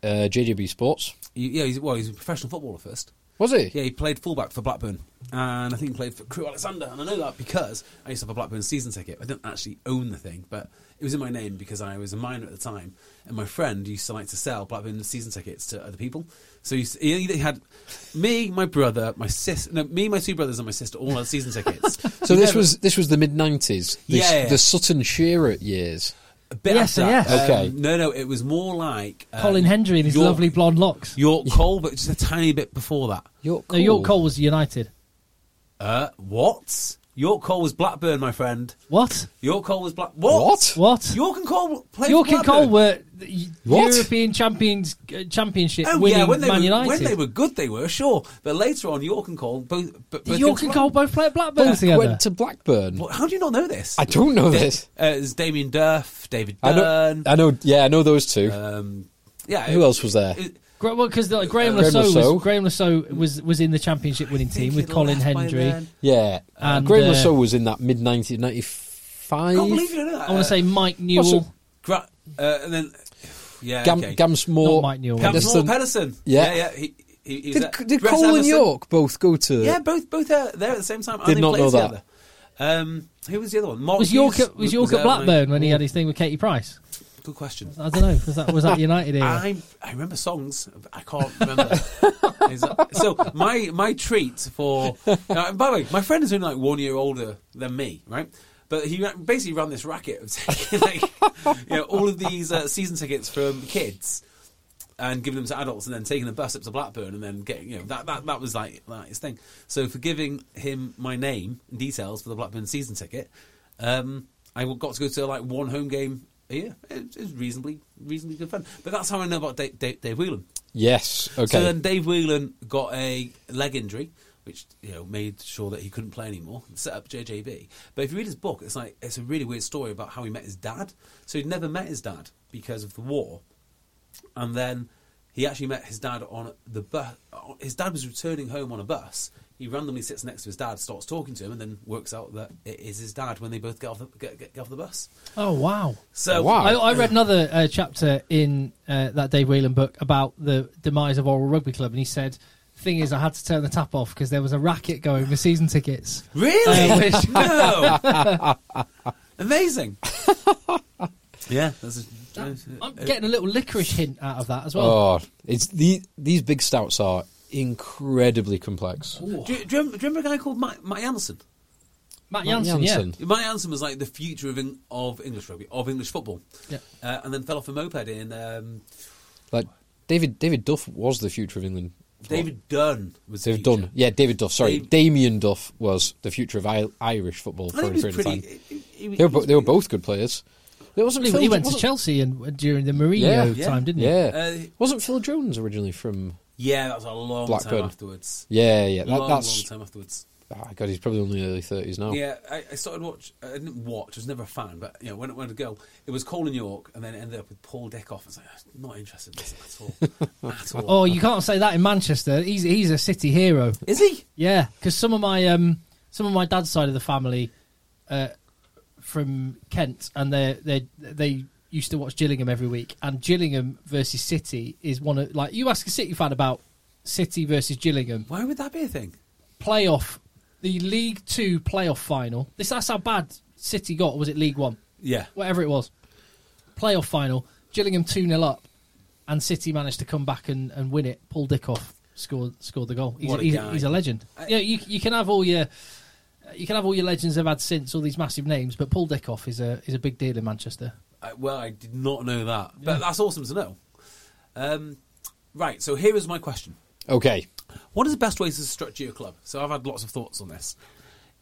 Speaker 3: Uh, JJB Sports
Speaker 2: You, yeah, he's, well, he's a professional footballer first.
Speaker 3: was he?
Speaker 2: Yeah, he played fullback for Blackburn, and I think he played for Crew Alexander. And I know that because I used to have a Blackburn season ticket. I didn't actually own the thing, but it was in my name because I was a minor at the time, and my friend used to like to sell Blackburn season tickets to other people. So he, s- he he had me, my brother, my sis, no, me, my two brothers, and my sister all had season tickets.
Speaker 3: So
Speaker 2: He
Speaker 3: this
Speaker 2: never-
Speaker 3: was this was the mid nineties, the,
Speaker 2: Yeah, yeah, yeah.
Speaker 3: the Sutton Shearer years.
Speaker 2: a bit
Speaker 1: Yes,
Speaker 2: after that. um,
Speaker 1: yes.
Speaker 3: Okay.
Speaker 2: No, no, it was more like um,
Speaker 1: Colin Hendry and his
Speaker 2: York-
Speaker 1: lovely blonde locks.
Speaker 2: York Cole, but just a tiny bit before that.
Speaker 3: York
Speaker 1: No, York Cole was United.
Speaker 2: Uh, what? York Cole was Blackburn, my friend.
Speaker 1: What?
Speaker 2: York Cole was Black.
Speaker 3: What?
Speaker 1: What?
Speaker 2: York and Cole played.
Speaker 1: York
Speaker 2: for
Speaker 1: and
Speaker 2: Blackburn.
Speaker 1: Cole were the
Speaker 3: What?
Speaker 1: European champions, uh, championship
Speaker 2: Oh
Speaker 1: winning
Speaker 2: yeah, when they
Speaker 1: Man
Speaker 2: were
Speaker 1: United.
Speaker 2: when they were good, they were sure. But later on, York and Cole both. But,
Speaker 1: Did
Speaker 2: both
Speaker 1: York and
Speaker 2: went to
Speaker 1: Cole
Speaker 2: Blackburn.
Speaker 1: both play at Blackburn
Speaker 3: Both
Speaker 1: together?
Speaker 3: went to Blackburn.
Speaker 2: What- How do you not know this?
Speaker 3: I don't know this.
Speaker 2: Uh, it's Damien Duff, David
Speaker 3: I know.
Speaker 2: Byrne.
Speaker 3: I know. Yeah, I know those two.
Speaker 2: um, yeah.
Speaker 3: Who else was there?
Speaker 2: it-
Speaker 1: Gra- well, because like, Graham
Speaker 3: Graham
Speaker 1: Lasso
Speaker 3: Lasso.
Speaker 1: was Graham Lasso was was in the championship winning team with
Speaker 2: he'd
Speaker 1: Colin
Speaker 2: left by
Speaker 1: Hendry.
Speaker 2: then.
Speaker 3: yeah,
Speaker 1: and,
Speaker 3: Graham
Speaker 1: uh,
Speaker 3: Lasso was in that mid nineteen ninety five.
Speaker 2: Can't believe you don't know
Speaker 1: I
Speaker 2: that. Uh,
Speaker 1: want to say Mike Newell.
Speaker 3: also-
Speaker 2: Gra- uh, and then yeah,
Speaker 3: Gam,
Speaker 2: okay.
Speaker 3: Gamsmore,
Speaker 1: Not Mike Newell.
Speaker 2: Pam
Speaker 3: Pedersen.
Speaker 2: Moore, Pedersen.
Speaker 3: Yeah.
Speaker 2: yeah, yeah. He, he, he was
Speaker 3: Did,
Speaker 2: there.
Speaker 3: did
Speaker 2: Rex
Speaker 3: Cole and
Speaker 2: Uh, Anderson.
Speaker 3: York both go to?
Speaker 2: Yeah, both both are there at the same time. and
Speaker 3: Did
Speaker 2: they
Speaker 3: not
Speaker 2: played
Speaker 3: know that.
Speaker 2: together. Um, who was the other one? Mark
Speaker 1: was York
Speaker 2: Hughes
Speaker 1: at, was York at
Speaker 2: there, like-
Speaker 1: Blackburn when he had his thing with Katie Price?
Speaker 2: Good question.
Speaker 1: I don't know. Was that was that United era?
Speaker 2: I I remember songs. but I can't remember. Is that- so my my treat for uh, by the way, my friend is only like one year older than me, right? But he ra- basically ran this racket of taking like, you know, all of these uh, season tickets from kids and giving them to adults, and then taking the bus up to Blackburn, and then getting you know that that, that was like like his thing. So for giving him my name and details for the Blackburn season ticket, um, I got to go to like one home game a year. It, it was reasonably reasonably good fun. But that's how I know about Dave, Dave, Dave Whelan.
Speaker 3: Yes. Okay.
Speaker 2: So then Dave Whelan got a leg injury, which you know made sure that he couldn't play anymore. and Set up JJB. But if you read his book, it's like it's a really weird story about how he met his dad. So he'd never met his dad because of the war, and then he actually met his dad on the bus. His dad was returning home on a bus. He randomly sits next to his dad, starts talking to him, and then works out that it is his dad when they both get off the, get, get off the bus.
Speaker 1: oh wow!
Speaker 2: So
Speaker 3: Wow.
Speaker 1: I, I read another uh, chapter in uh, that Dave Whelan book about the demise of Oral Rugby Club, and he said, "Thing is, I had to turn the tap off because there was a racket going for season tickets."
Speaker 2: Really?
Speaker 1: I wish-
Speaker 2: no. Amazing. yeah, that's a, uh,
Speaker 1: I'm getting a little licorice hint out of that as well.
Speaker 3: oh, it's the these big stouts are incredibly complex.
Speaker 2: do, you, do, you remember, do you remember a guy called Matt, Matt Anderson?
Speaker 1: Matt
Speaker 3: Matt
Speaker 1: Jansen,
Speaker 3: Jansen.
Speaker 2: Matt Anderson was like the future of, Eng- of English rugby, of English football,
Speaker 1: Yeah.
Speaker 2: uh, and then fell off a moped in. Um,
Speaker 3: Like David David Duff was the future of England.
Speaker 2: David Dunn was the
Speaker 3: They've
Speaker 2: future.
Speaker 3: done. Yeah, David Duff. Sorry,
Speaker 2: Dave-
Speaker 3: Damien Duff was the future of I- Irish
Speaker 2: I
Speaker 3: football for a
Speaker 2: think he
Speaker 3: period
Speaker 2: was
Speaker 3: of
Speaker 2: pretty.
Speaker 3: time.
Speaker 2: He, he-
Speaker 3: They were, bo-
Speaker 2: he-
Speaker 3: they were both good players. There wasn't
Speaker 1: yeah.
Speaker 3: Phil,
Speaker 1: He went to
Speaker 3: wasn't-
Speaker 1: Chelsea and during the Mourinho
Speaker 3: Yeah,
Speaker 2: yeah.
Speaker 1: time, didn't he?
Speaker 3: Yeah,
Speaker 2: Uh,
Speaker 3: wasn't Phil Jones originally from?
Speaker 2: Yeah, that was a long
Speaker 3: Blackburn.
Speaker 2: time afterwards.
Speaker 3: Yeah, yeah. That,
Speaker 2: long,
Speaker 3: that's
Speaker 2: long time afterwards.
Speaker 3: Ah, God, he's probably only early 30s now.
Speaker 2: Yeah, I, I started watch. I didn't watch. I was never a fan, but you know, when it went to go, it was Colin York, and then it ended up with Paul Deckoff. I was like, I'm not interested in this at all. at all.
Speaker 1: Oh, you can't say that in Manchester. He's he's a city hero.
Speaker 2: Is he?
Speaker 1: Yeah, because some of my um, some of my dad's side of the family, uh, from Kent, and they they they used to watch Gillingham every week. And Gillingham versus City is one of like you ask a City fan about City versus Gillingham
Speaker 2: Why would that be a thing?
Speaker 1: playoff, the League Two playoff final. This that's how bad City got. Or was it League One?
Speaker 2: Yeah.
Speaker 1: whatever it was. Playoff final, Gillingham 2 0 up, and City managed to come back and, and win it. Paul Dickoff scored scored the goal. He's,
Speaker 2: What a
Speaker 1: he's,
Speaker 2: guy.
Speaker 1: he's a legend.
Speaker 2: I-
Speaker 1: yeah, you, you can have all your you can have all your legends they've had since all these massive names, but Paul Dickoff is a is a big deal in Manchester.
Speaker 2: I, well, I did not know that, but that's awesome to know. Um, right. So here is my question.
Speaker 3: Okay.
Speaker 2: What is the best way to structure your club? So I've had lots of thoughts on this.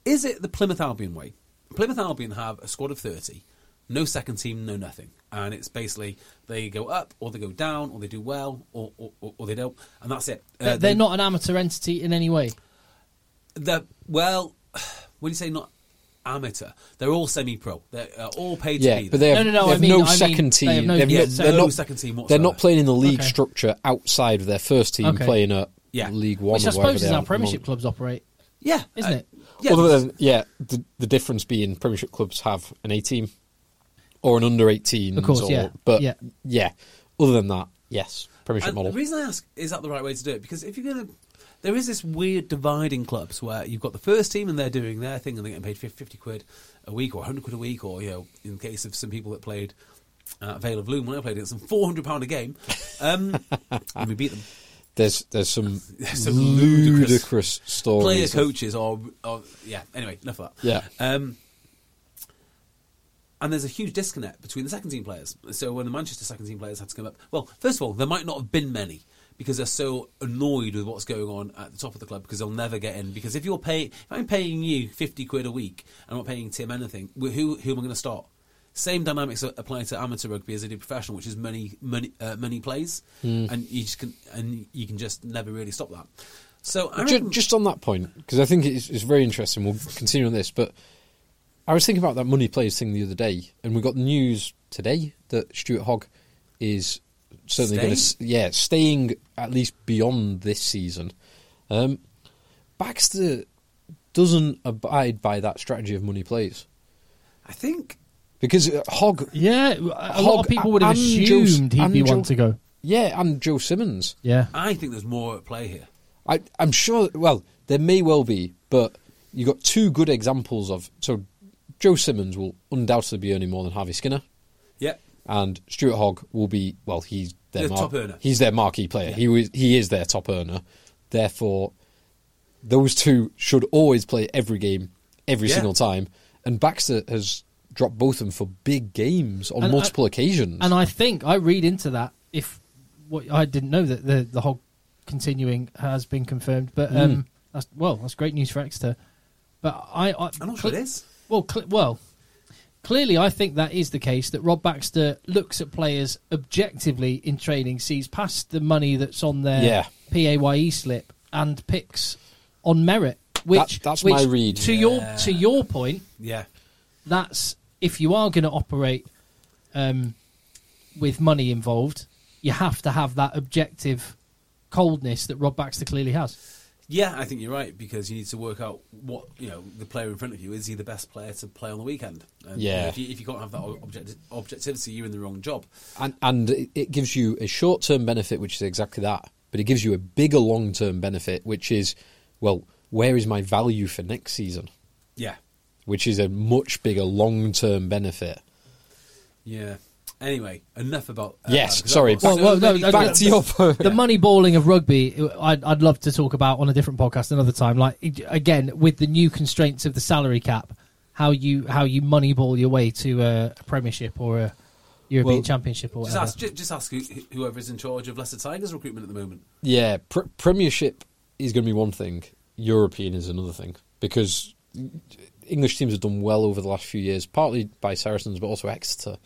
Speaker 2: Is it the Plymouth Albion way? Plymouth Albion have a squad of 30, no second team, no nothing. And it's basically they go up or they go down or they do well or, or, or or they don't. And that's it. Uh,
Speaker 1: They're,
Speaker 2: they-
Speaker 1: they're not an amateur entity in any way.
Speaker 2: They're, well, when you say not amateur, they're all semi pro. They're uh, all paid
Speaker 3: Yeah,
Speaker 2: to be
Speaker 3: but
Speaker 2: there.
Speaker 3: they have
Speaker 1: No, no, no,
Speaker 3: they
Speaker 1: I
Speaker 3: have
Speaker 1: mean-
Speaker 3: no
Speaker 1: I mean,
Speaker 3: second
Speaker 1: they have
Speaker 3: team.
Speaker 1: no
Speaker 3: They have
Speaker 1: Yeah,
Speaker 3: they're
Speaker 2: no
Speaker 3: not,
Speaker 2: second team
Speaker 3: They're
Speaker 2: whatsoever.
Speaker 3: not playing in the league
Speaker 1: Okay.
Speaker 3: structure outside of their first team,
Speaker 1: Okay.
Speaker 3: playing at
Speaker 2: Yeah.
Speaker 3: League One
Speaker 1: Which I
Speaker 3: or wherever
Speaker 1: suppose
Speaker 3: they
Speaker 1: is
Speaker 3: are
Speaker 1: how
Speaker 3: at the
Speaker 1: Premiership
Speaker 3: moment.
Speaker 1: clubs operate.
Speaker 2: Yeah. uh,
Speaker 1: Isn't it?
Speaker 2: Yeah.
Speaker 3: Other than, yeah, the, the difference being Premiership clubs have an A team or an under 18.
Speaker 1: Of course,
Speaker 3: or,
Speaker 1: yeah,
Speaker 3: But
Speaker 1: yeah.
Speaker 3: yeah, other than that, yes, Premiership
Speaker 2: And
Speaker 3: model.
Speaker 2: The reason I ask is that the right way to do it? Because if you're going to, there is this weird divide in clubs where you've got the first team and they're doing their thing and they're getting paid fif- 50 quid a week or 100 quid a week, or you know, in case of some people that played uh, Vale of Loom when I played it, some 400 pound a game, um, and we beat them.
Speaker 3: There's there's some,
Speaker 2: some
Speaker 3: ludicrous,
Speaker 2: ludicrous Player
Speaker 3: stories. of-
Speaker 2: coaches or, or yeah. Anyway, enough of that.
Speaker 3: Yeah.
Speaker 2: Um, and there's a huge disconnect between the second team players. So when the Manchester second team players had to come up, well, first of all, there might not have been many because they're so annoyed with what's going on at the top of the club because they'll never get in. Because if you're pay, if I'm paying you fifty quid a week, I'm not paying Tim anything. wh- Who who am I going to start? Same dynamics a- apply to amateur rugby as they do professional, which is many many uh, many plays,
Speaker 3: Hmm.
Speaker 2: and you just can and you can just never really stop that. So I
Speaker 3: Ju-
Speaker 2: reckon-
Speaker 3: just on that point, because I think it's, it's very interesting. We'll continue on this, but I was thinking about that money players thing the other day, and we got news today that Stuart Hogg is certainly going to,
Speaker 2: Staying?
Speaker 3: yeah, staying at least beyond this season. Um, Baxter doesn't abide by that strategy of money plays
Speaker 2: I think
Speaker 3: because uh, Hogg,
Speaker 1: Yeah, a lot
Speaker 3: Hogg
Speaker 1: of people would have
Speaker 3: and Joe-
Speaker 1: assumed he'd be
Speaker 3: and
Speaker 1: one
Speaker 3: Joe-
Speaker 1: to go.
Speaker 3: yeah, and Joe Simmons.
Speaker 1: Yeah.
Speaker 2: I think there's more at play here.
Speaker 3: I, I'm sure. Well, there may well be, but you got two good examples of. So, Joe Simmons will undoubtedly be earning more than Harvey Skinner,
Speaker 2: Yep.
Speaker 3: and Stuart Hogg will be. Well, he's their
Speaker 2: The
Speaker 3: mar-
Speaker 2: top earner.
Speaker 3: He's their marquee player. He was, he is their top earner. Therefore, those two should always play every game, every
Speaker 2: Yeah.
Speaker 3: single time. And Baxter has dropped both of them for big games on
Speaker 1: And I-
Speaker 3: multiple occasions.
Speaker 1: And I think I read into that if what I didn't know that the the hog continuing has been confirmed, but um,
Speaker 3: Mm.
Speaker 1: that's, well, that's great news for Exeter. But I, I
Speaker 2: I'm not sure it is.
Speaker 1: Well, cle well, clearly, I think that is the case that Rob Baxter looks at players objectively in training, sees past the money that's on their
Speaker 3: Yeah.
Speaker 1: paye E slip, and picks on merit. Which
Speaker 3: That- that's
Speaker 1: which,
Speaker 3: my read.
Speaker 1: To your to your point,
Speaker 2: Yeah.
Speaker 1: that's if you are going to operate um, with money involved, you have to have that objective coldness that Rob Baxter clearly has.
Speaker 2: Yeah, I think you're right because you need to work out what you know the player in front of you is he the best player to play on the weekend. And you know,
Speaker 3: Yeah.
Speaker 2: if, you, if you can't have that ob- object- objectivity, you're in the wrong job.
Speaker 3: and and it- it gives you a short term benefit, which is exactly that, but it gives you a bigger long term benefit, which is, well, where is my value for next season?
Speaker 2: Yeah.
Speaker 3: Which is a much bigger long term benefit.
Speaker 2: Yeah. Anyway, enough about. uh,
Speaker 3: Yes,
Speaker 2: because
Speaker 3: sorry,
Speaker 2: I've got-
Speaker 3: back- Well,
Speaker 1: well, no,
Speaker 3: Back to your point.
Speaker 1: The money balling of rugby, I'd, I'd love to talk about on a different podcast another time. Like it- again, with the new constraints of the salary cap, how you how you money ball your way to a Premiership or a European
Speaker 3: Well,
Speaker 1: Championship or
Speaker 2: Just
Speaker 1: whatever.
Speaker 2: ask, ju- just ask who, whoever is in charge of Leicester Tigers recruitment at the moment.
Speaker 3: Yeah, pr- Premiership is going to be one thing. European is another thing because English teams have done well over the last few years, partly by Saracens, but also Exeter.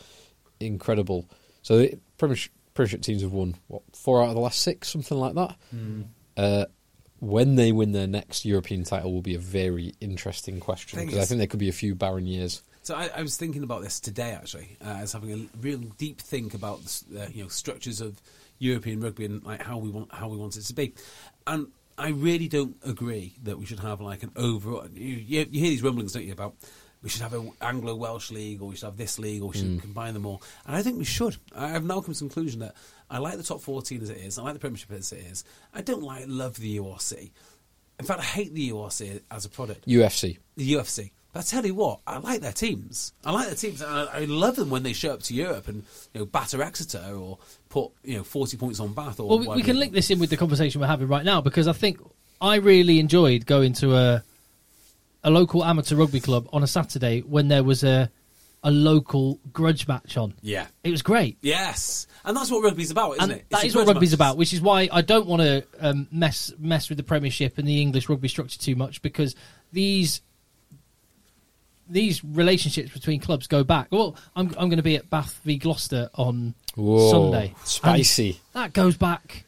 Speaker 3: Incredible. So the
Speaker 1: Hmm.
Speaker 3: Premiership, Premiership teams have won what four out of the last six, something like that. Uh, when they win their next European title will be a very interesting question
Speaker 2: Thing
Speaker 3: because I
Speaker 2: is-
Speaker 3: think there could be a few barren years.
Speaker 2: So I, I was thinking about this today, actually. Uh, I was having a real deep think about the uh, you know structures of European rugby and like how we want how we want it to be, and I really don't agree that we should have like an overall. You, you, you hear these rumblings, don't you, about we should have an Anglo Welsh league or we should have this league or we should combine them all, and I think we should. I, I've now come to the conclusion that I like the top fourteen as it is, I like the Premiership as it is. I don't like love the URC. In fact, I hate the URC as a product
Speaker 3: UFC.
Speaker 2: the UFC. But I tell you what, I like their teams. I like their teams. and I, I love them when they show up to Europe and you know batter Exeter or put you know forty points on Bath. Or
Speaker 1: Well, we, we
Speaker 2: whatever.
Speaker 1: can link this in with the conversation we're having right now because I think I really enjoyed going to a a local amateur rugby club on a Saturday when there was a a local grudge match on.
Speaker 2: Yeah.
Speaker 1: It was great.
Speaker 2: Yes, and that's what rugby's about, isn't
Speaker 1: And
Speaker 2: it?
Speaker 1: that
Speaker 2: It's
Speaker 1: is
Speaker 2: a
Speaker 1: what
Speaker 2: grudge
Speaker 1: rugby's
Speaker 2: match.
Speaker 1: about, which is why I don't want to um, mess mess with the Premiership and the English rugby structure too much because these these relationships between clubs go back. Well, I'm I'm going to be at Bath v Gloucester on
Speaker 3: Whoa,
Speaker 1: Sunday.
Speaker 3: spicy.
Speaker 1: And that goes back.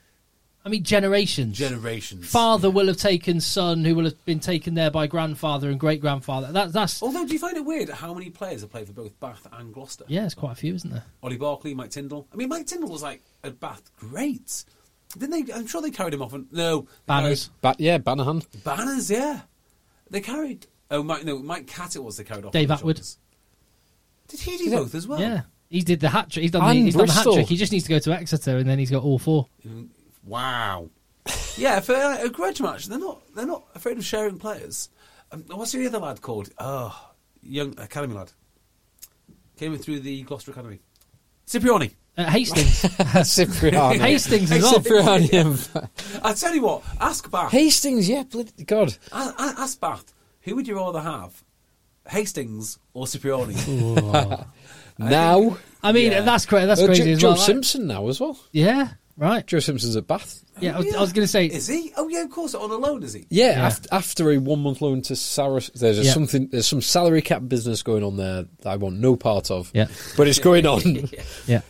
Speaker 1: I mean, generations.
Speaker 2: generations.
Speaker 1: Father will have taken son, who will have been taken there by grandfather and great grandfather. That, that's
Speaker 2: Although, do you find it weird how many players have played for both Bath and Gloucester?
Speaker 1: yeah, it's quite a few, isn't there?
Speaker 2: Ollie Barkley, Mike Tyndall. I mean, Mike Tyndall was like at Bath, great. Didn't they? I'm sure they carried him off. And, no
Speaker 1: Banners.
Speaker 3: Ba- yeah, Banahan.
Speaker 2: They carried- banners. Yeah, they carried. Oh, Mike, no, Mike Catt. It was they carried off.
Speaker 1: Dave
Speaker 2: on his
Speaker 1: Atwood.
Speaker 2: shoulders. Did he do both as well?
Speaker 1: Yeah, he did the hat trick. He's done, the,
Speaker 3: And
Speaker 1: he's done the hat
Speaker 3: Bristol.
Speaker 1: trick. He just needs to go to Exeter, and then he's got all four.
Speaker 2: Wow. yeah, for like, a grudge match, they're not they're not afraid of sharing players. Um, what's the other lad called? Oh, young academy lad. Came in through the Gloucester Academy. Cipriani.
Speaker 1: Uh, Hastings.
Speaker 3: Cipriani.
Speaker 1: Hastings as well.
Speaker 3: Cipriani. and-
Speaker 2: I tell you what, ask Bath.
Speaker 3: Hastings, yeah, bloody God.
Speaker 2: a- a- ask Bath. Who would you rather have, Hastings or Cipriani?
Speaker 3: Now.
Speaker 1: I mean,
Speaker 2: Yeah.
Speaker 1: that's cra- that's
Speaker 3: Uh,
Speaker 1: crazy
Speaker 3: Jo-
Speaker 1: as
Speaker 3: Joe
Speaker 1: well.
Speaker 3: Simpson now as well.
Speaker 1: Yeah, right.
Speaker 3: Joe Simpson's at Bath.
Speaker 1: Yeah, I was, I was going to say
Speaker 2: Is he? Oh yeah, of course. On a loan, is he?
Speaker 3: Yeah,
Speaker 1: Yeah.
Speaker 3: After, after a one month loan to Saras, there's a
Speaker 1: Yeah.
Speaker 3: something, there's some salary cap business going on there that I want no part of.
Speaker 1: Yeah.
Speaker 3: but it's going on.
Speaker 1: yeah.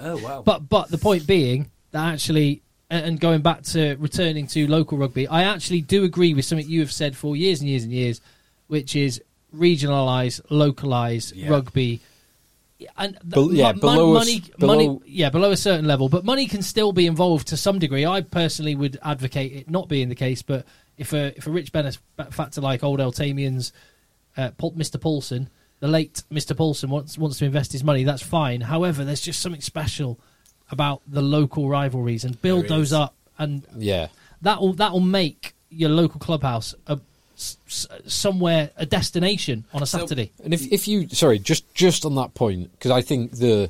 Speaker 2: Oh wow.
Speaker 1: But but the point being that actually, a- and going back to returning to local rugby, I actually do agree with something you have said for years and years and years, which is regionalise, localise
Speaker 2: Yeah.
Speaker 1: rugby. And th-
Speaker 3: Bel- yeah,
Speaker 1: mon-
Speaker 3: below a s-
Speaker 1: money, money,
Speaker 3: below-
Speaker 1: yeah, below a certain level, but money can still be involved to some degree. I personally would advocate it not being the case, but if a if a rich benefactor like old Eltamians, uh, Paul- Mr. Paulson, the late Mr. Paulson wants wants to invest his money. That's fine. However, there's just something special about the local rivalries and build
Speaker 2: There is.
Speaker 1: those up, and
Speaker 3: yeah,
Speaker 1: that will that will make your local clubhouse a s- s- somewhere a destination on a Saturday.
Speaker 3: and if if you sorry, just just on that point because I think the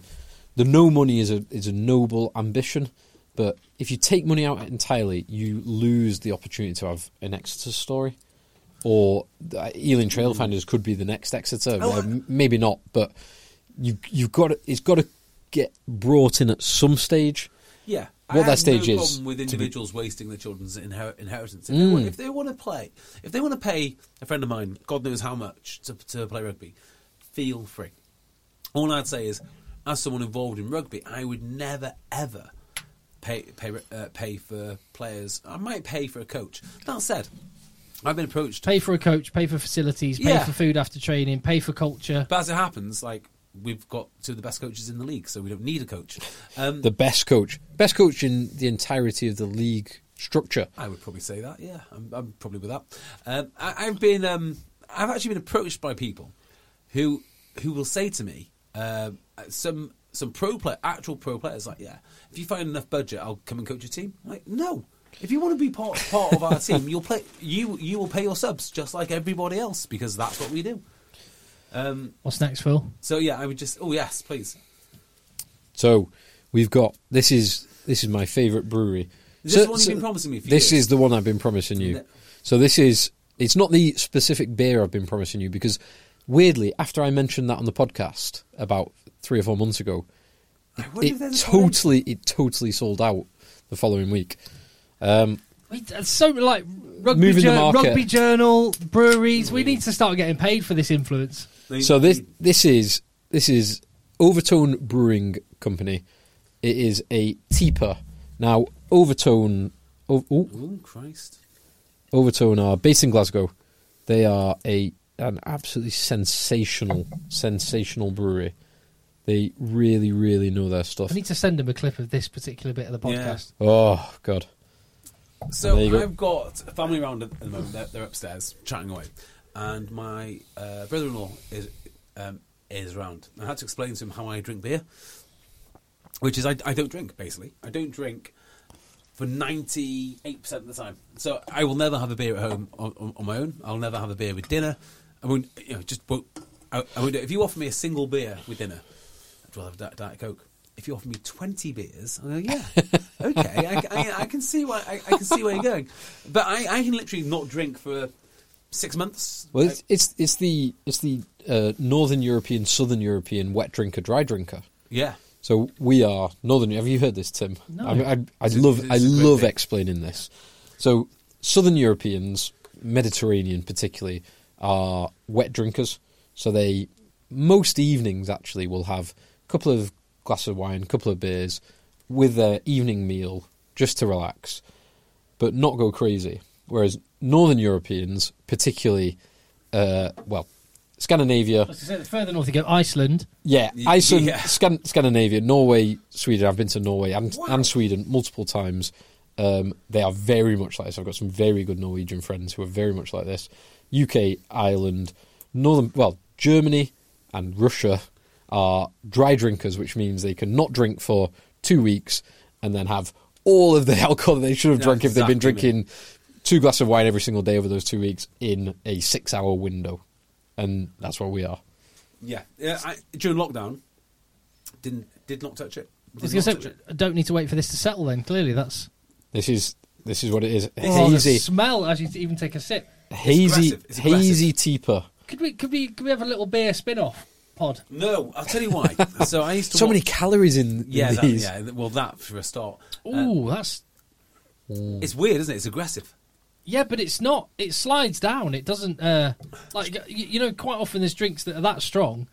Speaker 3: the no money is a is a noble ambition, but if you take money out entirely, you lose the opportunity to have an Exeter story. Or uh, Ealing Trailfinders could be the next Exeter.
Speaker 2: Hmm. Oh,
Speaker 3: Well,
Speaker 2: I-
Speaker 3: m- maybe not, but you you've got to, it's got to get brought in at some stage.
Speaker 2: Yeah.
Speaker 3: What
Speaker 2: I
Speaker 3: that
Speaker 2: have
Speaker 3: stage
Speaker 2: no
Speaker 3: is
Speaker 2: problem with
Speaker 3: to be- Mm.
Speaker 2: individuals wasting their children's inher- inheritance. If, they want, if they want to play, if they want to pay a friend of mine, God knows how much, to, to play rugby, feel free. All I'd say is, as someone involved in rugby, I would never, ever pay, pay, uh, pay for players. I might pay for a coach. That said, I've been approached
Speaker 1: Pay for a coach, pay for facilities, pay
Speaker 2: Yeah.
Speaker 1: for food after training, pay for culture.
Speaker 2: But as it happens, like we've got two of the best coaches in the league, so we don't need a coach. Um,
Speaker 3: the best coach, best coach in the entirety of the league structure.
Speaker 2: I would probably say that. Yeah, I'm, I'm probably with that. Um, I, I've been, um, I've actually been approached by people who who will say to me, um, some some pro player, actual pro players, like, yeah, if you find enough budget, I'll come and coach your team. I'm like, no. If you want to be part part of our team, you'll play. You you will pay your subs just like everybody else because that's what we do.
Speaker 1: What's next, Phil?
Speaker 2: So yeah, I would just. Oh yes, please.
Speaker 3: So we've got this is this is my favourite brewery.
Speaker 2: Is this the one you've been promising me for
Speaker 3: This
Speaker 2: years?
Speaker 3: is the one I've been promising you.
Speaker 2: No.
Speaker 3: So this is it's not the specific beer I've been promising you because weirdly, after I mentioned that on the podcast about three or four months ago,
Speaker 2: I wonder if
Speaker 3: it
Speaker 2: there's a problem.
Speaker 3: totally it totally sold out the following week.
Speaker 1: We- it's So like rugby,
Speaker 3: Moving the
Speaker 1: jour-
Speaker 3: market.
Speaker 1: rugby journal breweries, we need to start getting paid for this influence.
Speaker 2: They-
Speaker 3: So this this is this is Overtone Brewing Company. It is a teeper. Now Overtone, oh, oh,
Speaker 2: Oh Christ!
Speaker 3: Overtone are based in Glasgow. They are a an absolutely sensational, sensational brewery. They really, really know their stuff.
Speaker 1: I need to send him a clip of this particular bit of the
Speaker 2: Yeah.
Speaker 1: podcast.
Speaker 3: Oh God!
Speaker 2: So
Speaker 3: There you go.
Speaker 2: I've got a family around at the moment. They're, they're upstairs chatting away, and my uh, brother-in-law is um, is around. I had to explain to him how I drink beer, which is I, I don't drink basically. I don't drink for ninety eight percent of the time. So I will never have a beer at home on, on, on my own. I'll never have a beer with dinner. I won't. You know, just won't. I, I won't do it. If you offer me a single beer with dinner, I'd rather have Diet, Diet Coke. If you offer me twenty beers, I go, yeah, okay, I, I, I can see why I, I can see where you're going, but I, I can literally not drink for six months.
Speaker 3: Well, it's it's, it's the it's the uh, Northern European, Southern European wet drinker, dry drinker.
Speaker 2: yeah,
Speaker 3: So we are Northern. Have you heard this, Tim?
Speaker 1: No.
Speaker 3: I, mean, I, I
Speaker 2: It's a-
Speaker 3: love
Speaker 2: it's
Speaker 3: I
Speaker 2: a great
Speaker 3: love
Speaker 2: thing.
Speaker 3: explaining this. So Southern Europeans, Mediterranean particularly, are wet drinkers. So they most evenings actually will have a couple of glass of wine, couple of beers with their evening meal just to relax, but not go crazy. Whereas Northern Europeans, particularly, uh, well, Scandinavia,
Speaker 1: I was going to say, the further north you go, Iceland.
Speaker 3: yeah,
Speaker 2: Y-
Speaker 3: Iceland,
Speaker 2: yeah.
Speaker 3: Scan- Scandinavia, Norway, Sweden. I've been to Norway and,
Speaker 2: Wow.
Speaker 3: and Sweden multiple times. Um, they are very much like this. I've got some very good Norwegian friends who are very much like this. UK, Ireland, Northern, well, Germany and Russia are dry drinkers, which means they can not drink for two weeks and then have all of the alcohol that they should have
Speaker 2: That's
Speaker 3: drunk if they've been
Speaker 2: exactly me.
Speaker 3: drinking two glasses of wine every single day over those two weeks in a six hour window. And that's what we are.
Speaker 2: yeah. yeah I, during lockdown, didn't did not touch it.
Speaker 1: I was going
Speaker 2: Did not
Speaker 1: to
Speaker 2: touch
Speaker 1: say,
Speaker 2: it.
Speaker 1: I don't need to wait for this to settle then. Clearly, that's.
Speaker 3: This is this is what it is.
Speaker 1: Oh, the
Speaker 3: hazy,
Speaker 1: smell as you even take a sip.
Speaker 3: hazy,
Speaker 2: aggressive. It's
Speaker 3: hazy teeper.
Speaker 1: Could we, could we, could we have a little beer spin off pod?
Speaker 2: No, I'll tell you why. so I used to
Speaker 3: So
Speaker 2: wa-
Speaker 3: many calories in, in
Speaker 2: Yeah, that,
Speaker 3: these.
Speaker 2: yeah. Well, that for a start. Uh,
Speaker 1: Ooh, that's.
Speaker 2: it's weird, isn't it? It's aggressive.
Speaker 1: Yeah, but it's not. It slides down. It doesn't. Uh, like, y- you know, quite often there's drinks that are that strong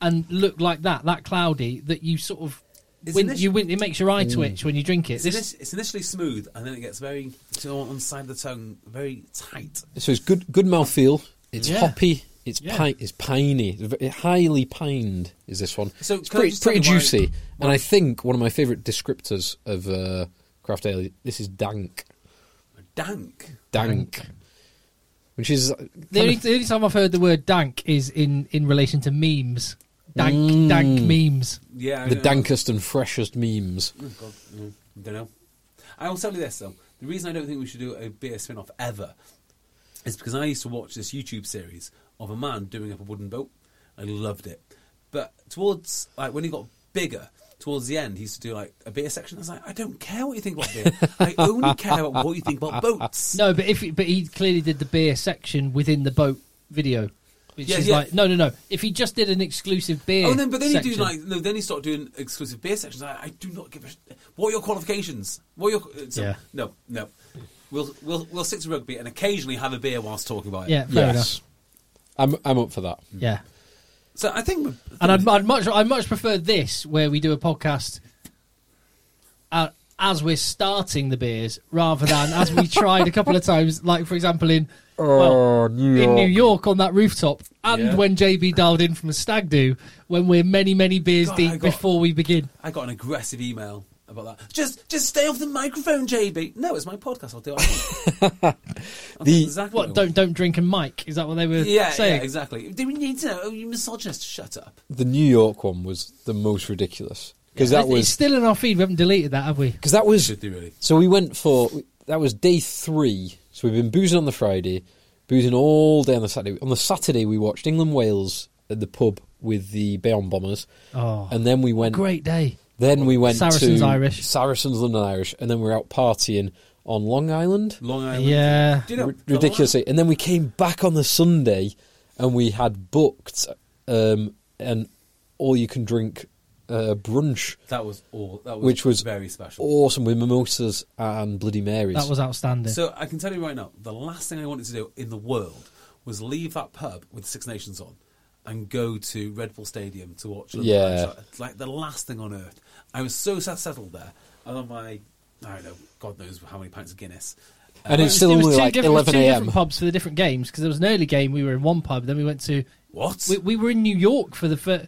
Speaker 1: and look like that, that cloudy, that you sort of.
Speaker 2: It's
Speaker 1: Win,
Speaker 2: init-
Speaker 1: you win, it makes your eye twitch when you drink it.
Speaker 2: It's,
Speaker 1: This,
Speaker 2: init- it's initially smooth, and then it gets very so on the side of the tongue, very tight.
Speaker 3: So it's good, good mouthfeel. It's
Speaker 1: Yeah.
Speaker 3: hoppy. It's
Speaker 1: Yeah.
Speaker 3: pi- It's piney. It's ve- highly pined. Is this one?
Speaker 2: So
Speaker 3: it's
Speaker 2: can I
Speaker 3: pretty,
Speaker 2: just tell
Speaker 3: pretty
Speaker 2: you why-
Speaker 3: juicy. and I think one of my favourite descriptors of uh, craft ale. This is dank,
Speaker 2: Dank.
Speaker 3: dank, which is
Speaker 1: The
Speaker 3: uh, kind
Speaker 1: only,
Speaker 3: of-
Speaker 1: the only time I've heard the word dank is in, in relation to memes. Dank, dank memes.
Speaker 2: Yeah. I
Speaker 3: the
Speaker 2: know.
Speaker 3: dankest and freshest memes.
Speaker 2: Oh, God, no, I don't know. I will tell you this though: the reason I don't think we should do a beer spin-off ever is because I used to watch this YouTube series of a man doing up a wooden boat. I loved it, but towards like when he got bigger. Towards the end, he used to do like a beer section. I was like, I don't care what you think about beer. I only care about what you think about boats.
Speaker 1: No, but if he- but he clearly did the beer section within the boat video, which
Speaker 2: Yeah,
Speaker 1: is
Speaker 2: yeah.
Speaker 1: like no, no, no. If he just did an exclusive beer,
Speaker 2: Oh, then, but then
Speaker 1: section,
Speaker 2: you do like no. Then you start doing exclusive beer sections. I, I do not give a. Sh- what are your qualifications? What are your? uh, So,
Speaker 1: Yeah.
Speaker 2: No, no. We'll we'll we'll stick to rugby and occasionally have a beer whilst talking about it.
Speaker 1: yeah, fair
Speaker 3: yes, I'm I'm up for that.
Speaker 1: enough, yeah.
Speaker 2: So I think.
Speaker 1: And I'd, I'd much I much prefer this where we do a podcast uh, as we're starting the beers rather than as we tried a couple of times, like for example in well, in New York on that rooftop, and
Speaker 2: Oh, Yeah.
Speaker 1: when JB dialed in from a stag do when we're many many beers
Speaker 2: God, I
Speaker 1: deep
Speaker 2: got-
Speaker 1: before we begin.
Speaker 2: I got an aggressive email about that. Just just stay off the microphone, JB. No, it's my podcast. I'll do it.
Speaker 3: The-
Speaker 2: exactly
Speaker 1: What don't don't drink and mic? Is that what they were
Speaker 2: Yeah,
Speaker 1: saying?
Speaker 2: yeah, exactly. Do we need to know? Oh, you misogynist, shut up.
Speaker 3: The New York one was the most ridiculous because that
Speaker 1: It's- it's
Speaker 3: was
Speaker 1: still in our feed. We haven't deleted that, have we?
Speaker 3: because that was
Speaker 2: do really.
Speaker 3: So we went for that was day three. So we've been boozing on the Friday, boozing all day on the Saturday. On the Saturday, we watched England Wales at the pub with the Bayonne Bombers,
Speaker 1: Oh,
Speaker 3: and then we went.
Speaker 1: great day.
Speaker 3: Then we went
Speaker 1: Saracens
Speaker 3: to
Speaker 1: Irish.
Speaker 3: Saracens London Irish, and then we were out partying on Long Island,
Speaker 2: Long Island.
Speaker 1: Yeah,
Speaker 2: Do you know,
Speaker 3: Ri- ridiculously. And then we came back on the Sunday, and we had booked um, an all-you-can-drink uh, brunch,
Speaker 2: That was all. That was
Speaker 3: which was
Speaker 2: very special.
Speaker 3: awesome with mimosas and Bloody Marys.
Speaker 1: that was outstanding.
Speaker 2: So I can tell you right now, the last thing I wanted to do in the world was leave that pub with Six Nations on and go to Red Bull Stadium to watch. Liverpool.
Speaker 3: Yeah.
Speaker 2: It's like the last thing on earth. I was so set- settled there, and on my I don't know, God knows how many pints of Guinness.
Speaker 3: and
Speaker 1: Well,
Speaker 3: it's still
Speaker 1: it was
Speaker 3: only
Speaker 1: two
Speaker 3: like
Speaker 1: different- it was
Speaker 3: 11
Speaker 1: two
Speaker 3: a.m.
Speaker 1: different pubs for the different games because there was an early game. We were in one pub, then we went to
Speaker 2: What?
Speaker 1: we, we were in New York for the first.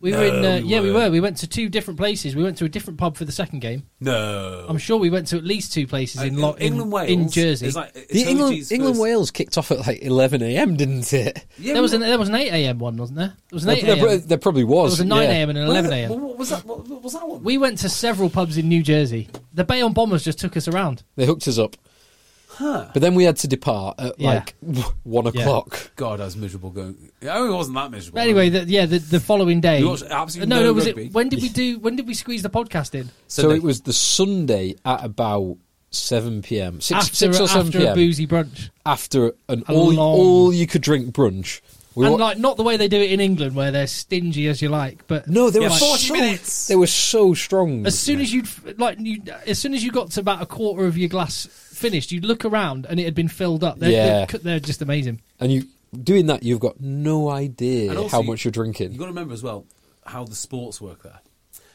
Speaker 1: We were in
Speaker 2: No,
Speaker 1: uh,
Speaker 2: we
Speaker 1: yeah, we
Speaker 2: weren't.
Speaker 1: were. We went to two different places. We went to a different pub for the second game.
Speaker 2: no.
Speaker 1: I'm sure we went to at least two places in, Lo- in
Speaker 2: England, Wales.
Speaker 1: in Jersey.
Speaker 2: Is like, it's
Speaker 3: The England,
Speaker 2: OG's
Speaker 3: England
Speaker 2: first-
Speaker 3: Wales kicked off at like 11 a.m., didn't it?
Speaker 2: Yeah,
Speaker 1: there was an
Speaker 2: well,
Speaker 1: there was an eight a.m. one, wasn't there? There was an
Speaker 3: There,
Speaker 1: eight
Speaker 3: there
Speaker 1: a.m.
Speaker 2: uh,
Speaker 3: pro-
Speaker 1: There
Speaker 3: there probably was.
Speaker 1: was a nine
Speaker 3: yeah.
Speaker 1: a.m. and an eleven a.m.
Speaker 2: Well, What was that? What, what was that one?
Speaker 1: We went to several pubs in New Jersey. The Bayonne Bombers just took us around.
Speaker 3: They hooked us up. But then we had to depart at
Speaker 1: Yeah.
Speaker 3: like w- one o'clock.
Speaker 2: God, I was miserable going. I mean, it wasn't that miserable.
Speaker 1: But anyway, the, yeah, the, the following day.
Speaker 2: You watched absolutely
Speaker 1: no,
Speaker 2: no
Speaker 1: no, was
Speaker 2: rugby.
Speaker 1: it? When did we do? When did we squeeze the podcast in?
Speaker 3: So
Speaker 2: Sunday.
Speaker 3: it was the Sunday at about 7 p.m. 6,
Speaker 1: after
Speaker 3: 6 or 7
Speaker 1: after a
Speaker 3: p.m.
Speaker 1: boozy brunch.
Speaker 3: after an
Speaker 1: A
Speaker 3: all,
Speaker 1: long-
Speaker 3: all you could drink brunch. We
Speaker 1: and
Speaker 3: wa-
Speaker 1: like not the way they do it in England, where they're stingy as you like, but
Speaker 3: no, they
Speaker 2: Yeah,
Speaker 3: were
Speaker 2: like- 40
Speaker 3: so,
Speaker 2: minutes.
Speaker 3: They were so strong.
Speaker 1: as soon as you'd f- like you, as soon as you got to about a quarter of your glass finished, you'd look around and it had been filled up. They're,
Speaker 3: Yeah.
Speaker 1: they're, they're just amazing.
Speaker 3: and you doing that, you've got no
Speaker 2: And
Speaker 3: idea
Speaker 2: also
Speaker 3: how
Speaker 2: you-
Speaker 3: much you're drinking.
Speaker 2: You've got to remember as well how the sports work there.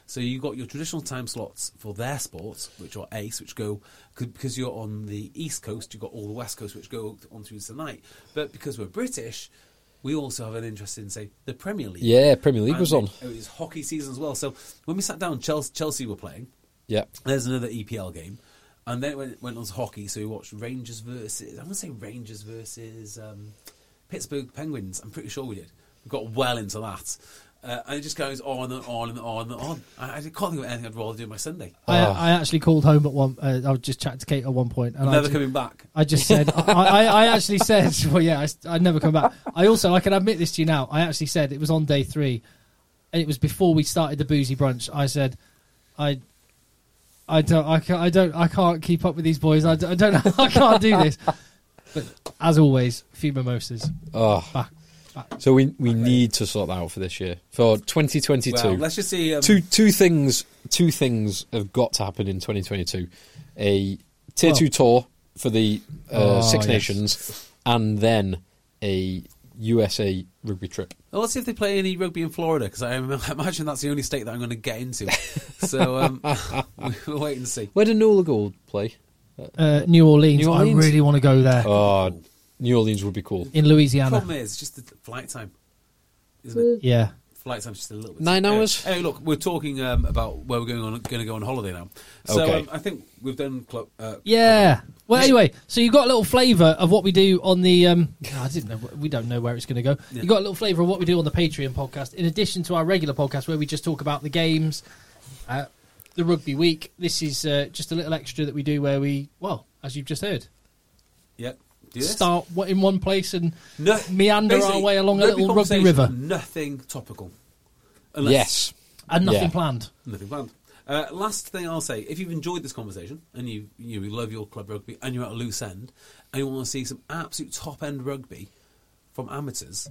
Speaker 2: So you've got your traditional time slots for their sports, which are ace, which go could- because you're on the east coast. You've got all the west coast, which go on through to the night. But because we're British, we also have an interest in say the Premier League.
Speaker 3: yeah, Premier League
Speaker 2: And
Speaker 3: was on.
Speaker 2: It was hockey season as well. So when we sat down, Chelsea, Chelsea were playing.
Speaker 3: Yeah,
Speaker 2: There's another EPL game, and then it went, went on to hockey. So we watched Rangers versus. I want to say Rangers versus um, Pittsburgh Penguins. I'm pretty sure we did. We got well into that, uh, and it just goes on and on and on and on. I, I can't think of anything I'd rather do on my Sunday.
Speaker 1: I, I actually called home at one. Uh, I was just chatting to Kate at one point, and
Speaker 2: I'm
Speaker 1: I
Speaker 2: never
Speaker 1: just,
Speaker 2: coming back.
Speaker 1: I just said I, I, I actually said, well, yeah, I, s- I'd never come back. I also I can admit this to you now. I actually said it was on day three, and it was before we started the boozy brunch. I said, I. I don't, I can't, I don't, I can't keep up with these boys. I don't, I don't, I can't do this. But as always, few mimosas.
Speaker 3: Oh.
Speaker 1: Back.
Speaker 3: so we we need to sort that out for this year for 2022.
Speaker 2: Well, let's just see. Um,
Speaker 3: two two things two things have got to happen in 2022 a tier
Speaker 1: Well-
Speaker 3: 2 tour for the uh,
Speaker 1: Oh,
Speaker 3: Six
Speaker 1: yes.
Speaker 3: nations and then a usa rugby trip
Speaker 2: well, let's see if they play any rugby in Florida because I im- imagine that's the only state that I'm going to get into. so um, we'll wait and see.
Speaker 3: where did nola gold play
Speaker 1: Uh, New, Orleans.
Speaker 3: New
Speaker 1: I
Speaker 3: Orleans?
Speaker 1: really want to go there
Speaker 3: oh new orleans would be cool
Speaker 1: in Louisiana.
Speaker 2: Problem is, just the flight time, isn't it?
Speaker 1: Yeah.
Speaker 2: Flight time's just a little bit.
Speaker 3: Nine
Speaker 2: Uh,
Speaker 3: hours?
Speaker 2: Hey, look, we're talking um, about where we're going on going to go on holiday now. So
Speaker 3: Okay.
Speaker 2: um, I think we've done. Cl- uh,
Speaker 1: Yeah. Well, anyway, so you got a little flavour of what we do on the. Um, I didn't know. We don't know where it's going to go. You got a little flavour of what we do on the Patreon podcast, in addition to our regular podcast where we just talk about the games, uh, the rugby week. This is uh, just a little extra that we do where we, well, as you've just heard,
Speaker 2: yeah. Do this.
Speaker 1: start wa- in one place and
Speaker 2: No-
Speaker 1: meander our
Speaker 2: basically,
Speaker 1: way along a little rugby
Speaker 2: conversation,
Speaker 1: river,
Speaker 2: Nothing topical.
Speaker 3: yes
Speaker 1: and nothing
Speaker 3: Yeah.
Speaker 1: planned.
Speaker 2: Nothing planned. Uh, last thing I'll say: if you've enjoyed this conversation and you you love your club rugby and you're at a loose end and you want to see some absolute top end rugby from amateurs,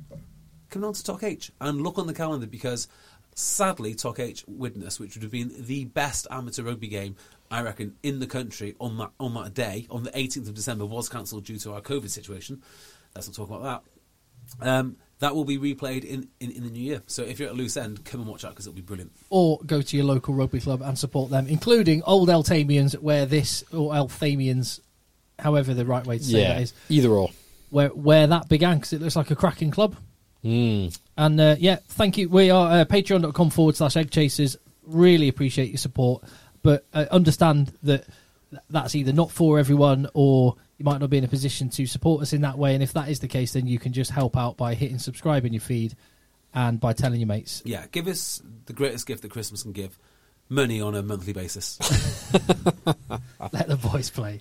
Speaker 2: come down to Talk H and look on the calendar because sadly Talk H witness, which would have been the best amateur rugby game I reckon in the country on that on that day on the 18th of December, was cancelled due to our COVID situation. Let's not talk about that. Um, that will be replayed in, in, in the new year. So if you're at a loose end, come and watch out because it'll be brilliant.
Speaker 1: or go to your local rugby club and support them, including Old Elthamians, where this or Elthamians, however the right way to say
Speaker 3: yeah
Speaker 1: that is,
Speaker 3: either or
Speaker 1: where where that began because it looks like a cracking club. And uh, yeah, thank you. We are uh, patreon.com forward slash egg chasers. Really appreciate your support, but uh, understand that th- that's either not for everyone or you might not be in a position to support us in that way. And if that is the case, then you can just help out by hitting subscribe in your feed and by telling your mates.
Speaker 2: Yeah, give us the greatest gift that Christmas can give money on a monthly basis.
Speaker 1: Let the boys play.